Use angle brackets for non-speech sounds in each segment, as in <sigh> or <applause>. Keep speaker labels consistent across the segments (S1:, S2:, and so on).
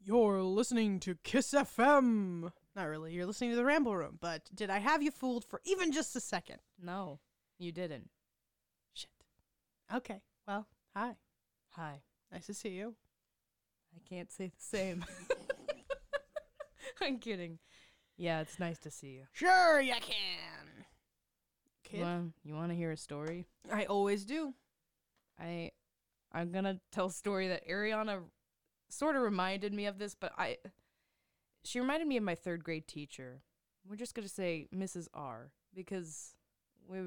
S1: You're listening to Kiss FM. Not really. You're listening to the Ramble Room. But did I have you fooled for even just a second?
S2: No, you didn't.
S1: Shit. Okay. Well, hi.
S2: Hi.
S1: Nice to see you.
S2: I can't say the same. <laughs> I'm kidding. Yeah, it's nice to see you.
S1: Sure, you can. Kid,
S2: You want, you want to hear a story?
S1: I always do.
S2: I I'm gonna tell a story that Ariana sort of reminded me of this, but I she reminded me of my third grade teacher. We're just gonna say Mrs. R because we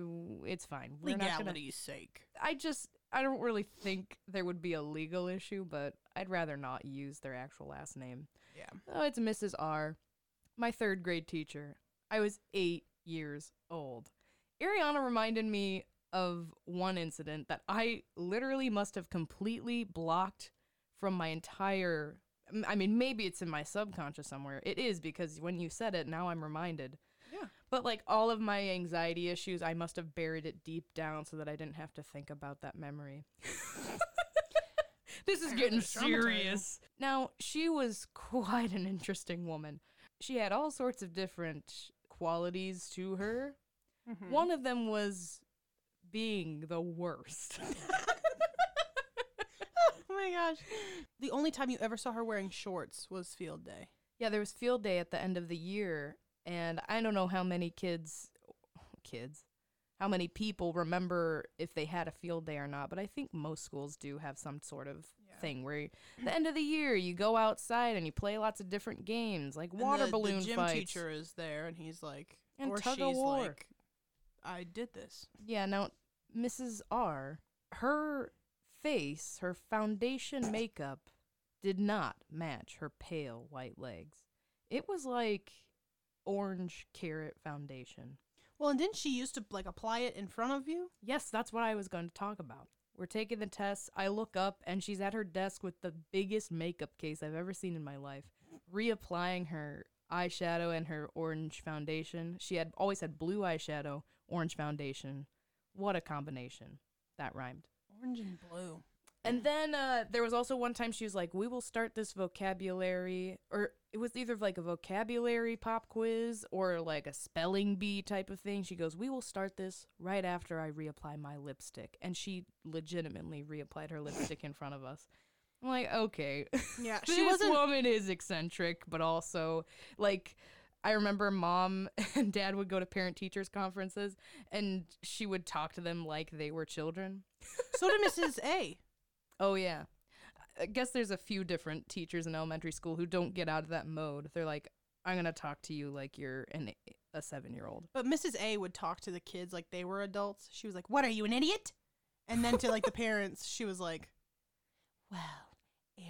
S2: it's fine. We're not gonna-
S1: Legality's sake.
S2: I just I don't really think there would be a legal issue, but I'd rather not use their actual last name.
S1: Yeah.
S2: Oh, it's Mrs. R, my third grade teacher. I was eight years old. Ariana reminded me of one incident that I literally must have completely blocked from my entire. I mean, maybe it's in my subconscious somewhere. It is because when you said it, now I'm reminded.
S1: Yeah.
S2: But like all of my anxiety issues, I must have buried it deep down so that I didn't have to think about that memory. <laughs> this is getting
S1: that's traumatizing.
S2: serious. Now, she was quite an interesting woman. She had all sorts of different qualities to her.
S1: Mm-hmm.
S2: One of them was being the worst. <laughs>
S1: Oh my gosh. The only time you ever saw her wearing shorts was field day.
S2: Yeah, there was field day at the end of the year, and I don't know how many kids, kids, how many people remember if they had a field day or not. But I think most schools do have some sort of thing where you, the end of the year you go outside and you play lots of different games, like
S1: And
S2: water
S1: the,
S2: balloon
S1: the gym
S2: fights.
S1: teacher is there and he's like
S2: And
S1: or
S2: tug of
S1: she's
S2: war.
S1: like I did this.
S2: Yeah, now Mrs. R, her face, her foundation makeup did not match her pale white legs. It was like orange carrot foundation.
S1: Well, and didn't she used to like apply it in front of you?
S2: Yes, that's what I was going to talk about. We're taking the test. I look up and she's at her desk with the biggest makeup case I've ever seen in my life, reapplying her eyeshadow and her orange foundation. She had always had blue eyeshadow, orange foundation. What a combination. That rhymed.
S1: Orange and blue.
S2: And then uh, there was also one time she was like, "We will start this vocabulary," or it was either like a vocabulary pop quiz or like a spelling bee type of thing. She goes, "We will start this right after I reapply my lipstick," and she legitimately reapplied her lipstick in front of us. I'm like, okay, <laughs>
S1: Yeah,
S2: this
S1: she wasn't-
S2: woman is eccentric, but also like. I remember mom <laughs> and dad would go to parent teachers conferences and she would talk to them like they were children.
S1: So did Mrs. A.
S2: Oh yeah. I guess there's a few different teachers in elementary school who don't get out of that mode. They're like, I'm gonna talk to you like you're an a seven year old.
S1: But Mrs. A would talk to the kids like they were adults. She was like, "What are you, an idiot?" And then to like the parents, she was like, "Well,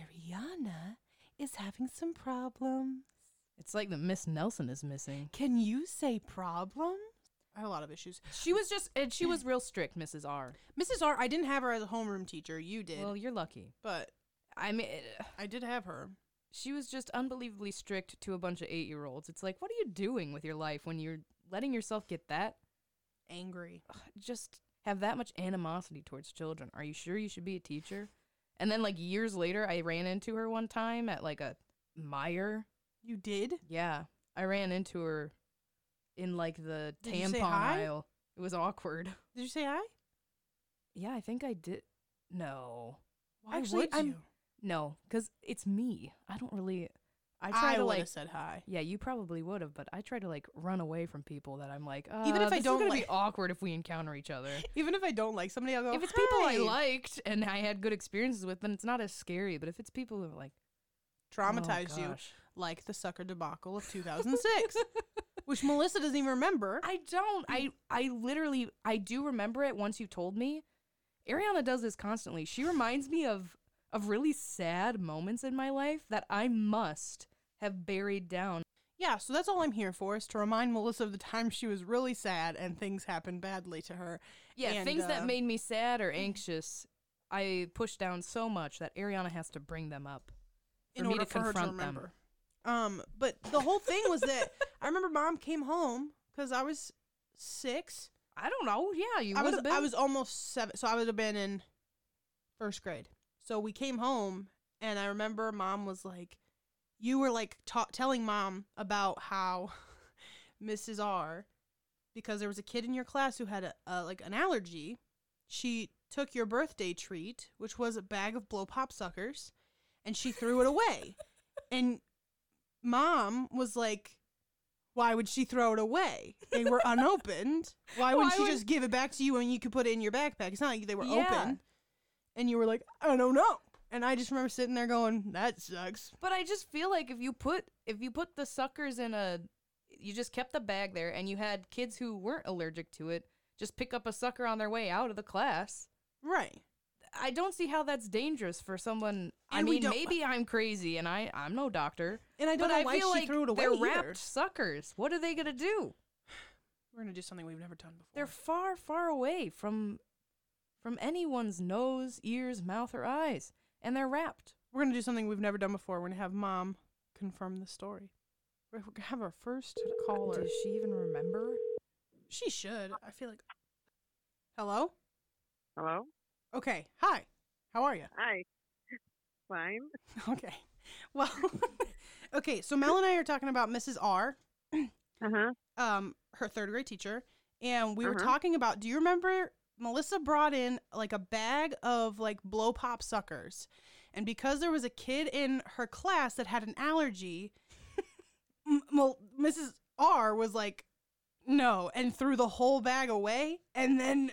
S1: Ariana is having some problems.
S2: It's like the Miss Nelson is missing.
S1: Can you say problems?" I have a lot of issues.
S2: She was just and she was real strict, Mrs. R.
S1: Mrs. R, I didn't have her as a homeroom teacher. You did,
S2: Well, you're lucky.
S1: but
S2: I mean, it-
S1: I did have her.
S2: she was just unbelievably strict to a bunch of eight year olds. It's like, what are you doing with your life when you're letting yourself get that?
S1: Angry.
S2: just have that much animosity towards children. Are you sure you should be a teacher? And then like years later, I ran into her one time at like a Meyer.
S1: You did?
S2: Yeah, I ran into her in like the
S1: Did you
S2: tampon
S1: say hi?
S2: aisle. It was awkward. <laughs>
S1: Did you say hi?
S2: Yeah, I think I did. No,
S1: Why
S2: actually,
S1: would
S2: I'm
S1: you?
S2: no, because it's me. I don't really. I try
S1: I,
S2: to
S1: would
S2: like.
S1: have said hi.
S2: Yeah, you probably would have, but I try to like run away from people that I'm like. Uh,
S1: Even if I
S2: this is
S1: don't
S2: gonna
S1: like-
S2: be awkward if we encounter each other.
S1: Even if I don't like somebody, I'll go.
S2: if it's people
S1: "Hi."
S2: I liked and I had good experiences with, then it's not as scary. But if it's people who are like,
S1: traumatized
S2: Oh,
S1: you <laughs>
S2: gosh.
S1: like the sucker debacle of 2006, which Melissa doesn't even remember.
S2: I don't, I, I literally, I do remember it once you told me. Ariana does this constantly. She reminds me of of really sad moments in my life that I must have buried down.
S1: Yeah, so that's all I'm here for is to remind Melissa of the time she was really sad and things happened badly to her.
S2: Yeah,
S1: And,
S2: things that
S1: uh,
S2: made me sad
S1: <laughs>
S2: or anxious, I pushed down so much that Ariana has to bring them up for
S1: in
S2: me
S1: order
S2: to
S1: for her
S2: confront
S1: to
S2: them.
S1: remember. Um, but the whole thing was
S2: <laughs>
S1: that I remember mom came home because I was six.
S2: I don't know. Yeah, you
S1: I
S2: would
S1: was
S2: have been.
S1: I was almost seven, so I would have been in first grade. So we came home, and I remember mom was like, you were like ta- telling mom about how <laughs> Mrs. R, because there was a kid in your class who had a, a like an allergy. She took your birthday treat, which was a bag of blow pop suckers, and she threw it away. And mom was like, "Why would she throw it away? They were unopened. Why wouldn't
S2: Why
S1: she
S2: would-
S1: just give it back to you and you could put it in your backpack? It's not like they were
S2: Yeah.
S1: open." And you were like, "I don't know." And I just remember sitting there going, "That sucks."
S2: But I just feel like if you put if you put the suckers in a you just kept the bag there and you had kids who weren't allergic to it just pick up a sucker on their way out of the class.
S1: Right.
S2: I don't see how that's dangerous for someone. I
S1: And we
S2: mean,
S1: don't-
S2: maybe I'm crazy and I I'm no doctor,
S1: And I don't
S2: but
S1: know
S2: I
S1: why she
S2: feel like
S1: threw it away.
S2: they're
S1: either.
S2: wrapped suckers. What are they gonna do?
S1: We're gonna do something we've never done before.
S2: They're far, far away from from anyone's nose, ears, mouth, or eyes, and they're wrapped.
S1: We're gonna do something we've never done before. We're gonna have mom confirm the story. We're gonna have our first caller.
S2: Does she even remember?
S1: She should. I feel like. Hello.
S3: Hello?
S1: Okay. Hi. How are you?
S3: Hi. Fine.
S1: <laughs> Okay. Well. <laughs> okay. So Mel and I are talking about Mrs. R,
S3: Uh huh.
S1: um, her third grade teacher, and we were
S3: Uh-huh.
S1: talking about. Do you remember Melissa brought in like a bag of like blow pop suckers, and because there was a kid in her class that had an allergy, M- Mel- Mrs. R was like, no, and threw the whole bag away, and then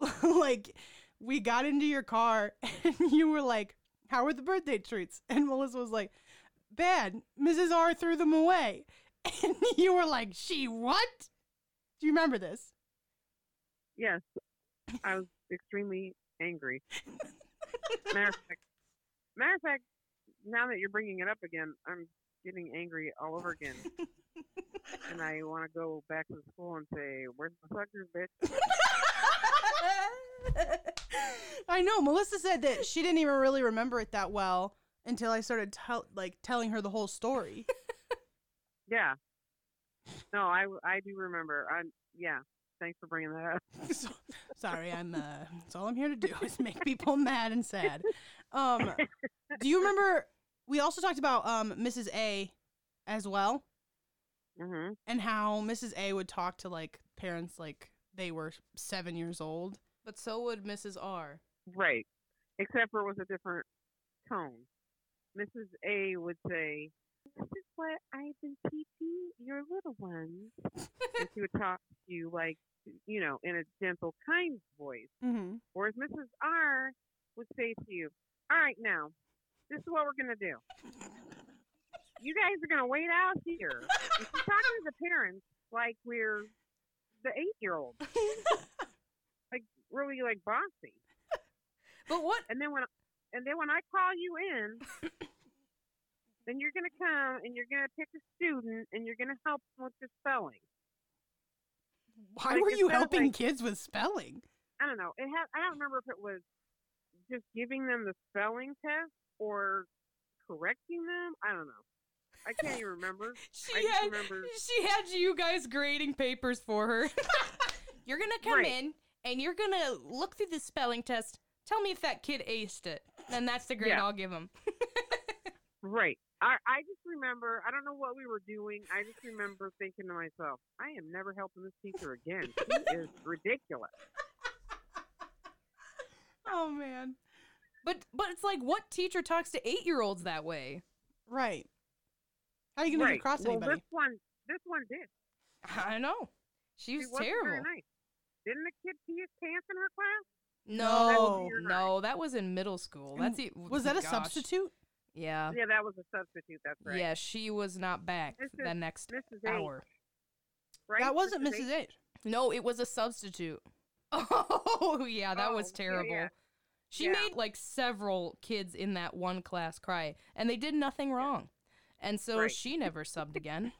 S1: <laughs> like we got into your car, <laughs> and you were like, how were the birthday treats? And Melissa was like, bad. Mrs. R threw them away, <laughs> and you were like, she what? Do you remember this? <laughs>
S3: Yes. I was extremely angry. Matter of fact, matter of fact, now that you're bringing it up again, I'm getting angry all over again. and I want to go back to school and say, Where's the suckers, bitch?
S1: I know. Melissa said that she didn't even really remember it that well until I started tell like telling her the whole story. <laughs>
S3: Yeah. No, I, w- I do remember. I Yeah. Thanks for bringing that up.
S1: So- sorry, I'm. Uh, that's all I'm here to do is make people mad and sad. Um, do you remember? We also talked about um, Mrs. A as well,
S3: Mm-hmm.
S1: and how Mrs. A would talk to like parents like they were seven years old.
S2: But so would Mrs. R.
S3: Right. Except for it was a different tone. Mrs. A would say, This is what I've been teaching your little ones. and she would talk to you like, you know, in a gentle, kind voice.
S1: Mm-hmm.
S3: Whereas Mrs. R would say to you, All right, now, this is what we're going to do. You guys are going to wait out here. And she's talking to the parents like we're the eight year old. like, really, like, bossy.
S2: But what?
S3: And then when and then when I call you in, then you're gonna come and you're gonna pick a student and you're gonna help them with the spelling.
S1: Why
S3: Like,
S1: were
S3: it
S1: you
S3: sounds
S1: helping
S3: like-
S1: kids with spelling?
S3: I don't know. It had I don't remember if it was just giving them the spelling test or correcting them. I don't know. I can't even remember.
S2: She
S3: I just
S2: had
S3: remember-
S2: she had you guys grading papers for her. <laughs> you're gonna come
S3: Right.
S2: in and you're gonna look through the spelling test. Tell me if that kid aced it. Then that's the grade
S3: Yeah.
S2: I'll give him.
S3: Right. I I just remember. I don't know what we were doing. I just remember thinking to myself, I am never helping this teacher again. She is ridiculous.
S1: Oh man.
S2: But but it's like what teacher talks to eight year olds that way?
S1: Right. How are you gonna get
S3: Right.
S1: across
S3: well,
S1: anybody?
S3: this one, this one did.
S2: I know. She was
S3: she wasn't
S2: terrible.
S3: Very nice. Didn't the kid pee his pants in her class?
S1: That was
S2: No,
S3: in your
S2: Oh, no, that was in middle school. That's e-
S3: Oh
S1: was that a
S2: gosh.
S1: substitute?
S2: Yeah.
S3: yeah, that was a substitute. That's right.
S2: Yeah, she was not back
S3: This
S2: the
S3: is-
S2: next
S3: Mrs. A.
S2: hour.
S3: Right?
S1: That wasn't
S3: Mrs.
S1: Mrs.
S3: <laughs>
S1: H.
S2: No, it was a substitute. <laughs> Oh yeah, that
S3: Oh,
S2: was
S3: yeah,
S2: terrible.
S3: yeah.
S2: She
S3: Yeah.
S2: made like several kids in that one class cry, and they did nothing wrong. And so
S3: Right.
S2: she never subbed again.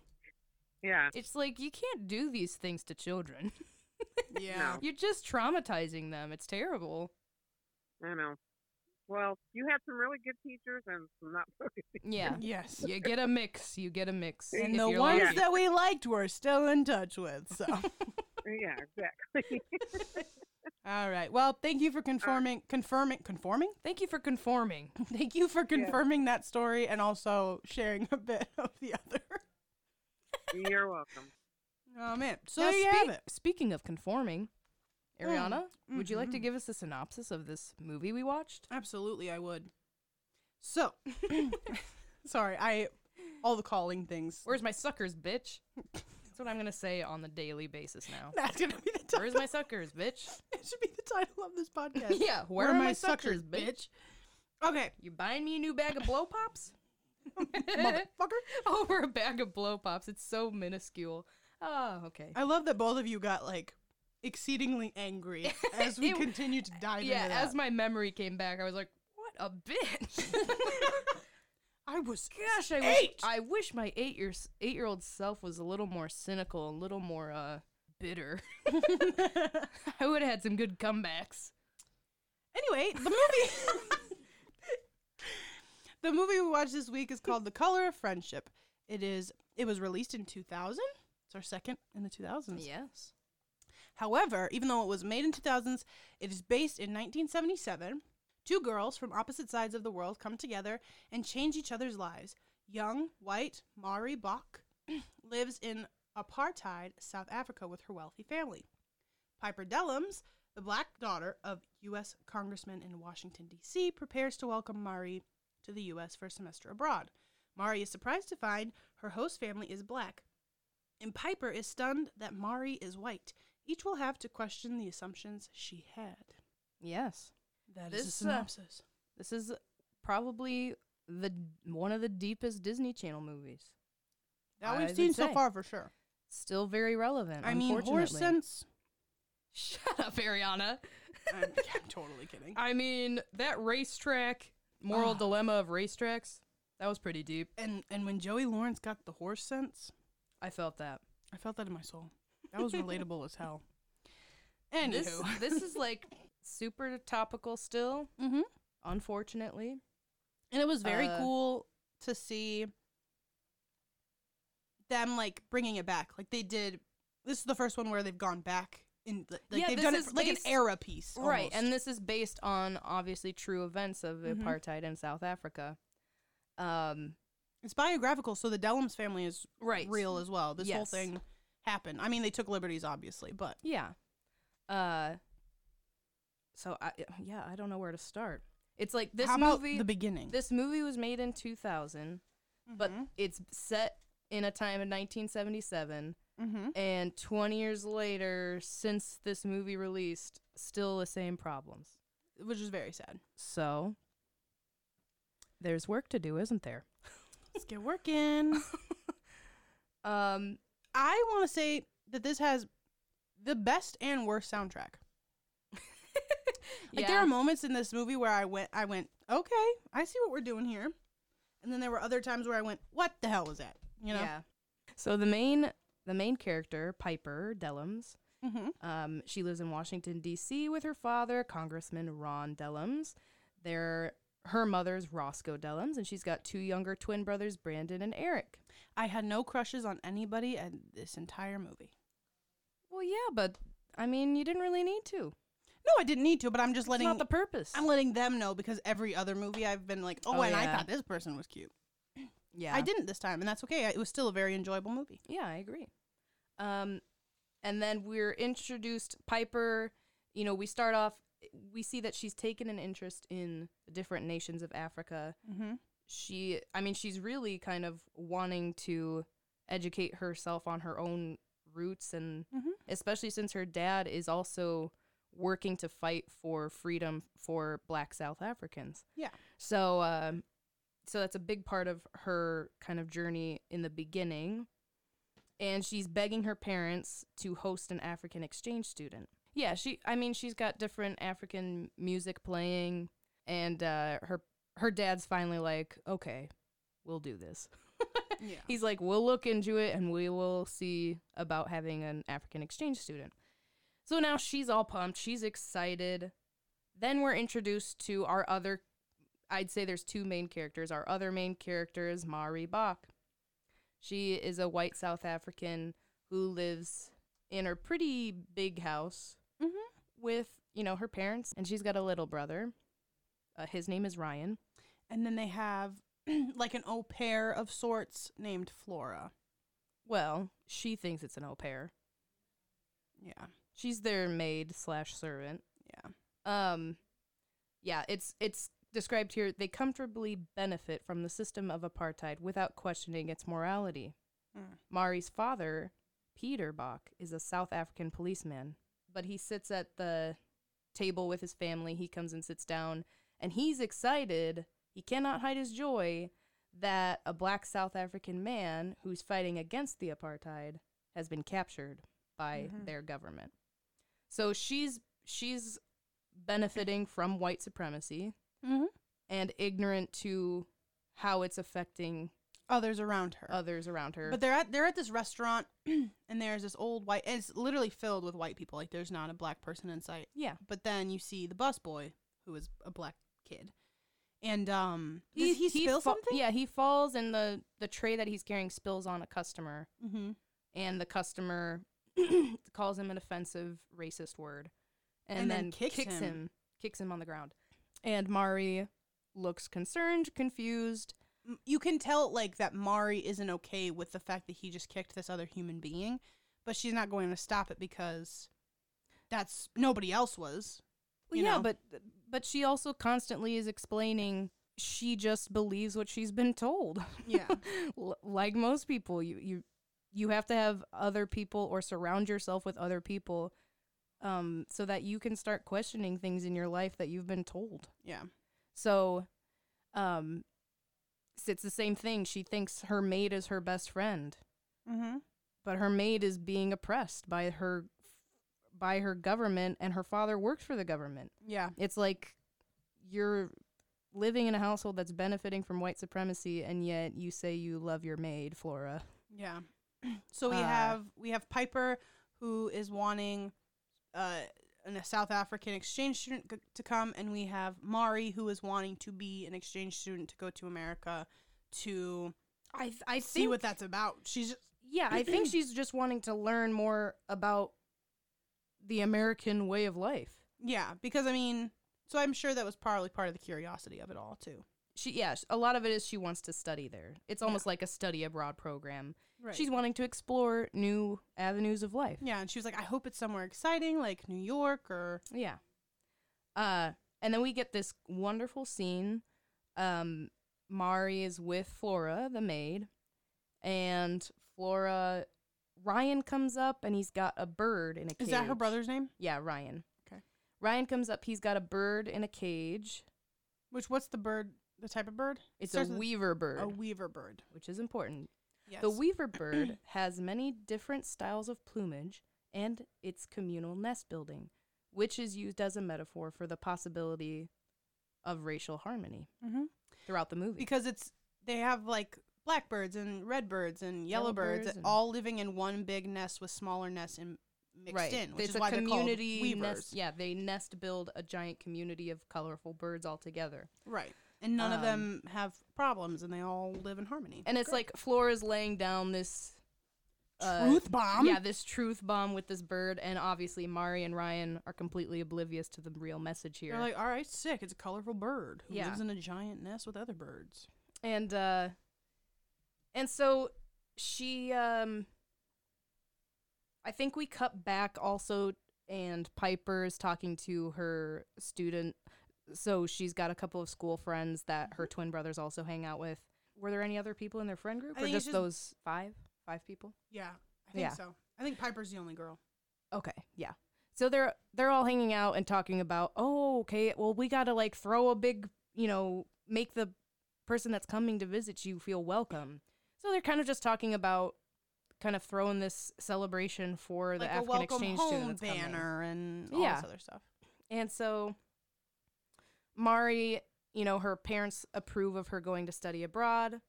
S3: Yeah.
S2: It's like you can't do these things to children. <laughs>
S3: Yeah.
S2: You're just traumatizing them. It's terrible.
S3: I know. Well, you had some really good teachers and some not so <laughs> good.
S1: <laughs>
S2: Yeah.
S1: Yes.
S2: You get a mix. You get a mix.
S1: And
S2: if
S1: the
S2: you're
S1: ones
S2: lucky.
S1: that we liked we're still in touch with. So
S3: yeah, exactly.
S1: All right. Well, thank you for conforming, confirming, conforming.
S2: Thank you for conforming. <laughs>
S1: Thank you for confirming that story and also sharing a bit <laughs> of the other.
S3: <laughs> You're welcome.
S1: Oh man. So
S2: Now,
S1: there you have
S2: speak-
S1: it. Mm,
S2: Speaking of conforming, Ariana, would you like to
S1: mhm.
S2: give us a synopsis of this movie we watched?
S1: Absolutely, I would. So, <laughs> sorry, I all the calling things.
S2: Where's my suckers, bitch? That's what I'm gonna say on the daily basis now.
S1: <laughs> That's gonna be the title.
S2: Where's my suckers, bitch?
S1: <laughs> It should be the title of this <laughs> podcast.
S2: <laughs> yeah, where, are my suckers, bitch?
S1: Okay,
S2: You buying me a new bag of blow <laughs> pops?
S1: motherfucker.
S2: <laughs> Over a bag of blow pops. It's so minuscule. Oh, okay.
S1: <laughs> I love that both of you got like exceedingly <laughs> angry as we
S2: It-
S1: continue to dive
S2: yeah,
S1: into that.
S2: as my memory came back, I was like, what a <laughs> bitch.
S1: I was
S2: Gosh, I wish,
S1: Eight!
S2: I wish my eight year eight year old self was a little more cynical, a little more uh bitter. <laughs> I would have had some good comebacks.
S1: Anyway, the movie <laughs> The movie we watched this week is called The Color of Friendship. It is it was released in 2000. It's our second in the 2000s.
S2: Yes.
S1: However, even though it was made in 2000s, it is based in 1977. Two girls from opposite sides of the world come together and change each other's lives. Young, white Mari Bach <clears throat> lives in apartheid South Africa with her wealthy family. Piper Dellums, the black daughter of U.S. Congressman in Washington, D.C., prepares to welcome Mari to the U.S. for a semester abroad. Mari is surprised to find her host family is black, and Piper is stunned that Mari is white. Each will have to question the assumptions she had.
S2: Yes.
S1: That is
S2: is a This, uh,
S1: a synopsis.
S2: This is probably the one of the deepest Disney Channel movies.
S1: that
S2: I
S1: we've
S2: would
S1: seen so
S2: say.
S1: far for sure.
S2: Still very relevant.
S1: I mean, horse
S2: unfortunately.
S1: sense.
S2: <laughs> Shut up, Ariana.
S1: I'm, <laughs> yeah, I'm totally kidding.
S2: I mean, that racetrack moral
S1: Ah.
S2: dilemma of racetracks, that was pretty deep.
S1: And and when Joey Lawrence got the horse sense,
S2: I felt that.
S1: I felt that in my soul. That was relatable as hell. Anywho,
S2: This, this is like super topical still,
S1: <laughs> mm-hmm.
S2: unfortunately.
S1: and it was very
S2: Uh,
S1: cool to see them like bringing it back. Like they did. This is the first one where they've gone back in like
S2: Yeah,
S1: they've
S2: this
S1: done it
S2: is
S1: for, like an
S2: based-
S1: era piece,
S2: Right,
S1: almost.
S2: and this is based on obviously true events of
S1: Mhm.
S2: apartheid in South Africa. Um,
S1: it's biographical, so the Dellums family is
S2: right,
S1: real as well. This whole
S2: Yes.
S1: thing happened. I mean, they took liberties, obviously, but
S2: Yeah. Uh. So I yeah I don't know where to start. It's like this
S1: how about
S2: movie.
S1: the beginning?
S2: this movie was made in 2000, but
S1: Mhm.
S2: it's set in a time in 1977,
S1: Mhm.
S2: and 20 years later, since this movie released, still the same problems.
S1: which is very sad.
S2: So there's work to do, isn't there?
S1: Let's get
S2: <laughs>
S1: working.
S2: Um.
S1: I want to say that this has the best and worst soundtrack. Like there
S2: yeah.
S1: are moments in this movie where I went, I went, okay, I see what we're doing here, and then there were other times where I went, what the hell was that? You know.
S2: Yeah. So the main the main character Piper Dellums,
S1: Mm-hmm.
S2: um, she lives in Washington D.C. with her father, Congressman Ron Dellums. Their her mother's Roscoe Dellums, and she's got two younger twin brothers, Brandon and Eric.
S1: I had no crushes on anybody in this entire movie.
S2: Well, yeah, but I mean, you didn't really need to.
S1: No, I didn't need to, but I'm just
S2: It's
S1: letting
S2: not the purpose.
S1: I'm letting them know because every other movie I've been like, oh,
S2: Oh,
S1: and I
S2: yeah.
S1: thought this person was cute.
S2: yeah,
S1: I didn't this time, and that's okay. I, it was still a very enjoyable movie.
S2: Yeah, I agree. Um, and then we're introduced Piper. You know, we start off. We see that she's taken an interest in the different nations of Africa.
S1: <laughs> Mm-hmm.
S2: she i mean she's really kind of wanting to educate herself on her own roots and
S1: Mhm.
S2: especially since her dad is also working to fight for freedom for black south africans
S1: Yeah.
S2: so um so that's a big part of her kind of journey in the beginning and she's begging her parents to host an african exchange student yeah she i mean she's got different african music playing and uh her her dad's finally like, okay, we'll do this.
S1: Yeah.
S2: He's like, we'll look into it and we will see about having an African exchange student. So now she's all pumped. She's excited. Then we're introduced to our other, I'd say there's two main characters. Our other main character is Mari Bach. She is a white South African who lives in her pretty big house
S1: Mhm.
S2: with you know, her parents, and she's got a little brother. Uh, his name is Ryan.
S1: And then they have <clears throat> like an au pair of sorts named Flora.
S2: Well, she thinks it's an au pair.
S1: Yeah.
S2: She's their maid slash servant.
S1: Yeah.
S2: Um, yeah. It's it's described here. They comfortably benefit from the system of apartheid without questioning its morality.
S1: Mm.
S2: Mari's father, Peter Bach, is a South African policeman, but he sits at the table with his family. He comes and sits down, and he's excited. He cannot hide his joy that a black South African man who's fighting against the apartheid has been captured by
S1: Mhm.
S2: their government. So she's she's benefiting from white supremacy
S1: Mhm.
S2: and ignorant to how it's affecting
S1: Others around her.
S2: others around her.
S1: But they're at they're at this restaurant, <clears throat> and there's this old white. And it's literally filled with white people. Like there's not a black person in sight.
S2: yeah,
S1: But then you see the busboy, who is a black kid, and um, does he, spill
S2: fa-
S1: something?
S2: Yeah, he falls and the the tray that he's carrying spills on a customer,
S1: Mm-hmm.
S2: and the customer <clears throat> calls him an offensive racist word, and,
S1: And
S2: then,
S1: then kicks
S2: kicks
S1: him.
S2: him, kicks him on the ground, and Mari looks concerned, confused,
S1: m- you can tell like that Mari isn't okay with the fact that he just kicked this other human being, but she's not going to stop it because that's nobody else was.
S2: Well,
S1: you
S2: yeah,
S1: know?
S2: but but she also constantly is explaining she just believes what she's been told.
S1: Yeah.
S2: L- like most people, you you you have to have other people or surround yourself with other people um so that you can start questioning things in your life that you've been told.
S1: <laughs> Yeah.
S2: So um s- it's the same thing. She thinks her maid is her best friend,
S1: Mm-hmm.
S2: but her maid is being oppressed by her by her government and her father works for the government
S1: Yeah.
S2: it's like you're living in a household that's benefiting from white supremacy and yet you say you love your maid flora
S1: Yeah. <clears throat> So we
S2: Uh,
S1: have we have Piper who is wanting uh, an, a South African exchange student g- to come, and we have Mari who is wanting to be an exchange student to go to America to
S2: i th- i
S1: see what that's about. She's just,
S2: yeah i think she's just wanting to learn more about the american way of life
S1: yeah, because I mean, so I'm sure that was probably part of the curiosity of it all too.
S2: she yeah sh- a lot of it is she wants to study there it's almost like a study abroad program
S1: Right.
S2: she's wanting to explore new avenues of life
S1: Yeah, and she was like, I hope it's somewhere exciting, like New York or
S2: Yeah. Uh, and then we get this wonderful scene. Um, Mari is with Flora, the maid, and Flora. Ryan comes up and he's got a bird in a
S1: is
S2: cage.
S1: that her brother's name?
S2: Yeah, Ryan.
S1: Okay.
S2: Ryan comes up. He's got a bird in a cage.
S1: Which what's the bird? The type of bird?
S2: It's
S1: Starts
S2: a
S1: with
S2: weaver bird,
S1: A weaver bird.
S2: which is important.
S1: Yes. <clears throat>
S2: The weaver bird has many different styles of plumage and its communal nest building, which is used as a metaphor for the possibility of racial harmony
S1: mm-hmm.
S2: throughout the movie.
S1: because it's they have like blackbirds and redbirds and
S2: Yellow
S1: yellowbirds
S2: birds and-
S1: all living in one big nest with smaller nests in, mixed in, which
S2: it's
S1: is
S2: a
S1: why
S2: community
S1: they're called weavers.
S2: nest. Yeah, they nest build a giant community of colorful birds all together.
S1: Right. And none of
S2: Um,
S1: them have problems and they all live in harmony.
S2: And it's like Flora's laying down this uh,
S1: truth bomb.
S2: Yeah, this truth bomb with this bird, and obviously Mari and Ryan are completely oblivious to the real message here.
S1: They're like, all right, sick. It's a colorful bird who
S2: Yeah.
S1: lives in a giant nest with other birds.
S2: and uh and so she um i think we cut back also and piper is talking to her student so she's got a couple of school friends that her twin brothers also hang out with were there any other people in their friend group
S1: I
S2: or
S1: think it's
S2: just,
S1: just-
S2: those five five people
S1: Yeah, I
S2: think
S1: think
S2: Yeah.
S1: so. I think Piper's the only girl.
S2: Okay, yeah. So they're they're all hanging out and talking about, "Oh, okay, well we got to like throw a big, you know, make the person that's coming to visit you feel welcome." So they're kind of just talking about kind of throwing this celebration for the
S1: like a
S2: African
S1: welcome
S2: exchange
S1: home
S2: student that's coming.
S1: banner and all
S2: Yeah.
S1: this other stuff.
S2: And so Mari, you know, her parents approve of her going to study abroad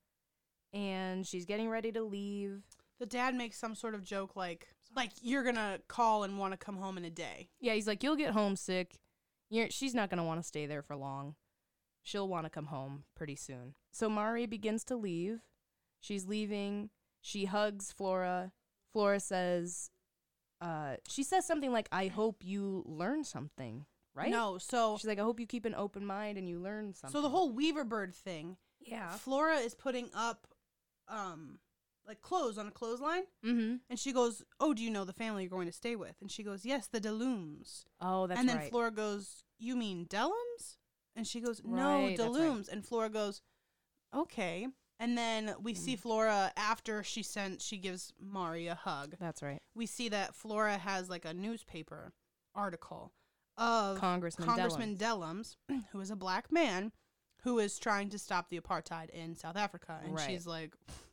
S2: and she's getting ready to leave.
S1: The dad makes some sort of joke like, like you're gonna call and want to come home in a day.
S2: Yeah, he's like, you'll get homesick. You're, she's not going to want to stay there for long. She'll want to come home pretty soon. So Mari begins to leave. She's leaving. She hugs Flora. Flora says, uh, she says something like, I hope you learn something. right?
S1: No, so
S2: She's like, I hope you keep an open mind and you learn something.
S1: so the whole Weaver bird thing.
S2: yeah.
S1: Flora is putting up, um, like clothes on a clothesline,
S2: Mm-hmm.
S1: and she goes, "Oh, do you know the family you're going to stay with?" And she goes, "Yes, the Delooms."
S2: Oh, that's
S1: and then
S2: right.
S1: Flora goes, "You mean Delums?" And she goes, "No,
S2: Right, that's right.
S1: Delooms." And Flora goes, "Okay." And then we
S2: Mm.
S1: see Flora after she sent she gives Mari a hug.
S2: that's right.
S1: We see that Flora has like a newspaper article of
S2: Congressman.
S1: Congressman
S2: Congressman.
S1: Dellums, <clears throat> who is a black man who is trying to stop the apartheid in South Africa. And
S2: Right.
S1: she's like, <laughs>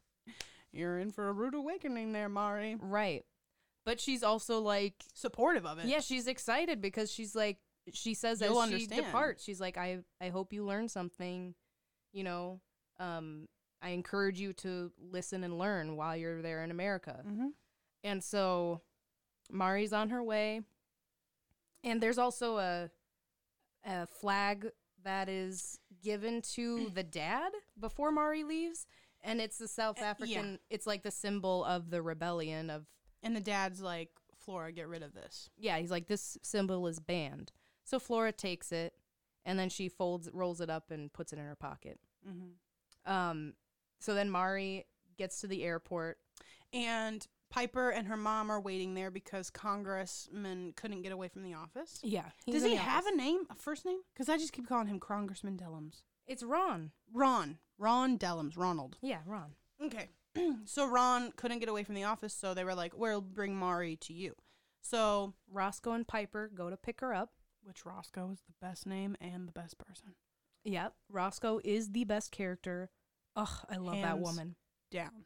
S1: You're in for a rude awakening there, Mari.
S2: right. But she's also like,
S1: Supportive of it.
S2: yeah, she's excited because she's like, she says as
S1: You'll
S2: she
S1: understand.
S2: departs, she's like, I, I hope you learn something. You know, um, I encourage you to listen and learn while you're there in America.
S1: hmm
S2: And so Mari's on her way. And there's also a a flag that is given to
S1: <clears throat>
S2: the dad before Mari leaves. And it's the South
S1: Uh, yeah.
S2: African it's like the symbol of the rebellion of
S1: And the dad's like, Flora, get rid of this.
S2: yeah, he's like, This symbol is banned. So Flora takes it and then she folds rolls it up and puts it in her pocket.
S1: hmm
S2: Um so then Mari gets to the airport.
S1: And Piper and her mom are waiting there because Congressman couldn't get away from the office.
S2: Yeah.
S1: Does he have a name, a first name? Because I just keep calling him Congressman Dellums.
S2: It's Ron.
S1: Ron. Ron Dellums. Ronald.
S2: Yeah, Ron.
S1: Okay. <clears throat> so Ron couldn't get away from the office, so they were like, "We'll bring Mari to you." So,
S2: Roscoe and Piper go to pick her up.
S1: which Roscoe is the best name and the best person,
S2: Yep. Roscoe is the best character. Ugh, I love that
S1: Hands
S2: woman.
S1: down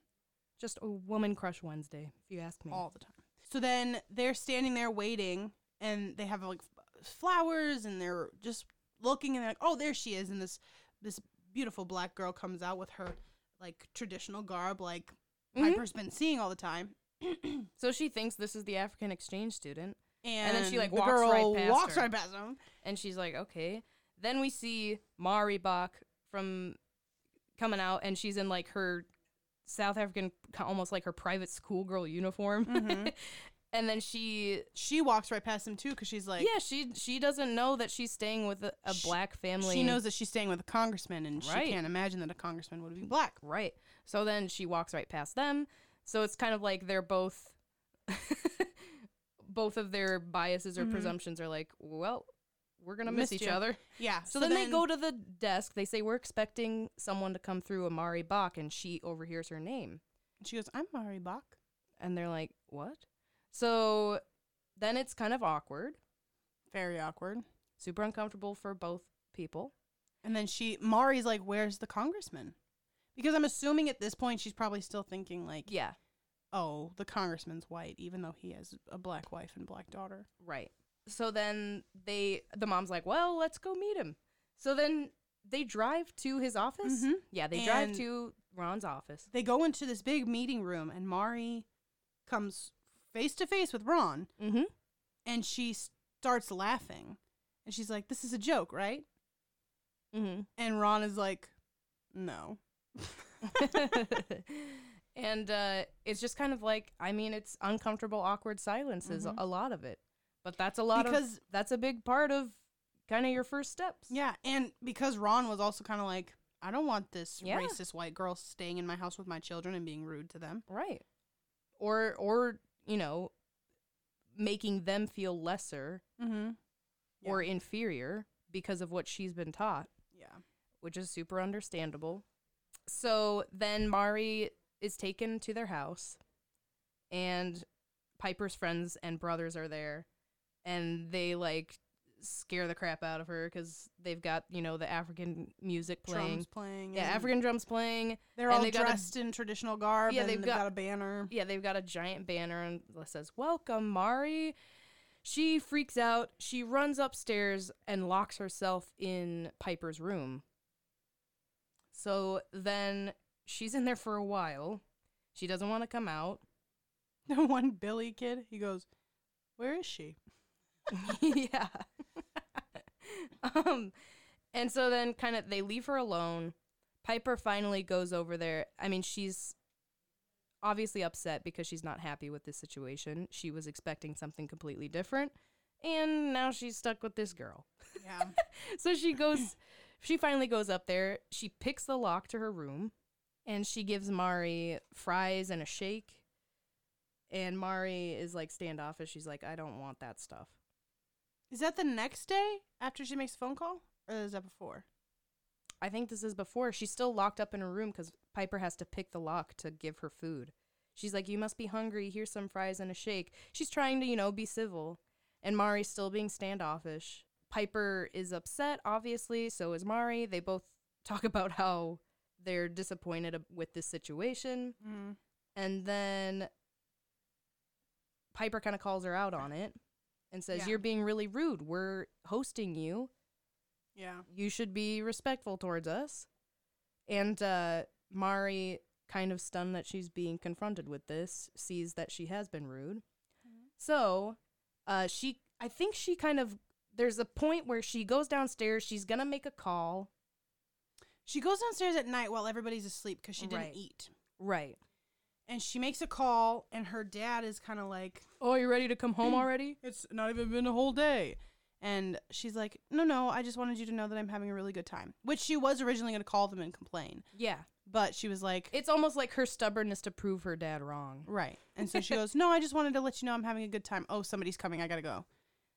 S2: Just a woman crush Wednesday, if you ask me.
S1: all the time. So then they're standing there waiting, and they have like f- flowers, and they're just looking, and they're like, "Oh, there she is!" And this this beautiful black girl comes out with her like traditional garb, like
S2: Mhm.
S1: Piper's been seeing all the time.
S2: So she thinks this is the African exchange student,
S1: And,
S2: then she, like,
S1: the
S2: walks
S1: girl
S2: right past
S1: walks
S2: her.
S1: right past him.
S2: and she's like, okay. Then we see Mari Bach from coming out, and she's in like her South African, ki- almost like her private schoolgirl uniform.
S1: Mhm.
S2: and then she,
S1: <laughs> She walks right past him too because she's like,
S2: yeah, she she doesn't know that she's staying with a, a
S1: She-
S2: black family.
S1: She knows that she's staying with a congressman, and
S2: Right.
S1: she can't imagine that a congressman would be black.
S2: Right. So then she walks right past them. So it's kind of like they're both <laughs> both of their biases or
S1: Mhm.
S2: presumptions are like, well, we're going to miss
S1: Missed
S2: each
S1: ya.
S2: other.
S1: Yeah.
S2: So, then, they go to the desk. They say we're expecting someone to come through Amari Bach and she overhears her name.
S1: She goes, "I'm Mari Bach."
S2: And they're like, "What?" So then it's kind of awkward,
S1: Very awkward.
S2: super uncomfortable for both people.
S1: And then she, Mari's like, "Where's the congressman?" Because I'm assuming at this point she's probably still thinking like,
S2: Yeah,
S1: "Oh, the congressman's white, even though he has a black wife and black daughter."
S2: right. So then they the mom's like, "Well, let's go meet him." So then they drive to his office.
S1: Mhm.
S2: Yeah, they drive
S1: And-
S2: to Ron's office.
S1: They go into this big meeting room, and Mari comes face to face with Ron,
S2: Mm-hmm.
S1: and she starts laughing, and she's like, "This is a joke, right?"
S2: Mm-hmm.
S1: And Ron is like, "No."
S2: <laughs> and uh, it's just kind of like, I mean, it's uncomfortable, awkward silences.
S1: Mhm.
S2: A lot of it, but that's a lot
S1: Because-
S2: of that's a big part of kind of your first steps.
S1: Yeah, and because Ron was also kind of like, I don't want this
S2: Yeah.
S1: racist white girl staying in my house with my children and being rude to them.
S2: right. Or or you know, making them feel lesser
S1: Mm-hmm. Yeah.
S2: or inferior because of what she's been taught.
S1: Yeah.
S2: which is super understandable. So then Mari is taken to their house, and Piper's friends and brothers are there, and they like scare the crap out of her because they've got you know the African music playing,
S1: Drums playing.
S2: yeah,
S1: and
S2: African drums playing,
S1: They're
S2: and
S1: all
S2: they've got a-
S1: dressed in traditional garb.
S2: Yeah,
S1: and
S2: they've
S1: they've,
S2: got-
S1: got, a banner. <laughs>
S2: yeah, they've got a giant banner and that says "Welcome, Mari." She freaks out. She runs upstairs and locks herself in Piper's room. So then she's in there for a while. She doesn't want to come out.
S1: The one Billy kid, he goes, "Where is she?"
S2: <laughs> yeah. um, and so then kind of they leave her alone. Piper finally goes over there. I mean, she's obviously upset because she's not happy with this situation. She was expecting something completely different. and now she's stuck with this girl.
S1: Yeah.
S2: <laughs> So she goes, she finally goes up there. She picks the lock to her room and she gives Mari fries and a shake. And Mari is like standoffish. She's like, I don't want that stuff.
S1: Is that the next day after she makes a phone call? Or is that before?
S2: I think this is before. She's still locked up in her room because Piper has to pick the lock to give her food. She's like, You must be hungry. Here's some fries and a shake. She's trying to, you know, be civil. And Mari's still being standoffish. Piper is upset, obviously. So is Mari. They both <laughs> talk about how they're disappointed ab- with this situation.
S1: Mm.
S2: And then Piper kind of calls her out on it and says,
S1: Yeah.
S2: You're being really rude. We're hosting you
S1: Yeah.
S2: you should be respectful towards us. And uh, Mari, kind of stunned that she's being confronted with this, sees that she has been rude. So uh, she, I think she kind of, there's a point where she goes downstairs, she's going to make a call.
S1: She goes downstairs at night while everybody's asleep because she didn't
S2: Right.
S1: eat.
S2: Right.
S1: And she makes a call, and her dad is kind of like,
S2: Oh, you ready to come home already?
S1: It's not even been a whole day. And she's like, No, no, I just wanted you to know that I'm having a really good time. Which she was originally going to call them and complain.
S2: Yeah.
S1: But she was like,
S2: It's almost like her stubbornness to prove her dad wrong.
S1: Right. And
S2: <laughs>
S1: so she goes, No, I just wanted to let you know I'm having a good time. Oh, somebody's coming. I got to go.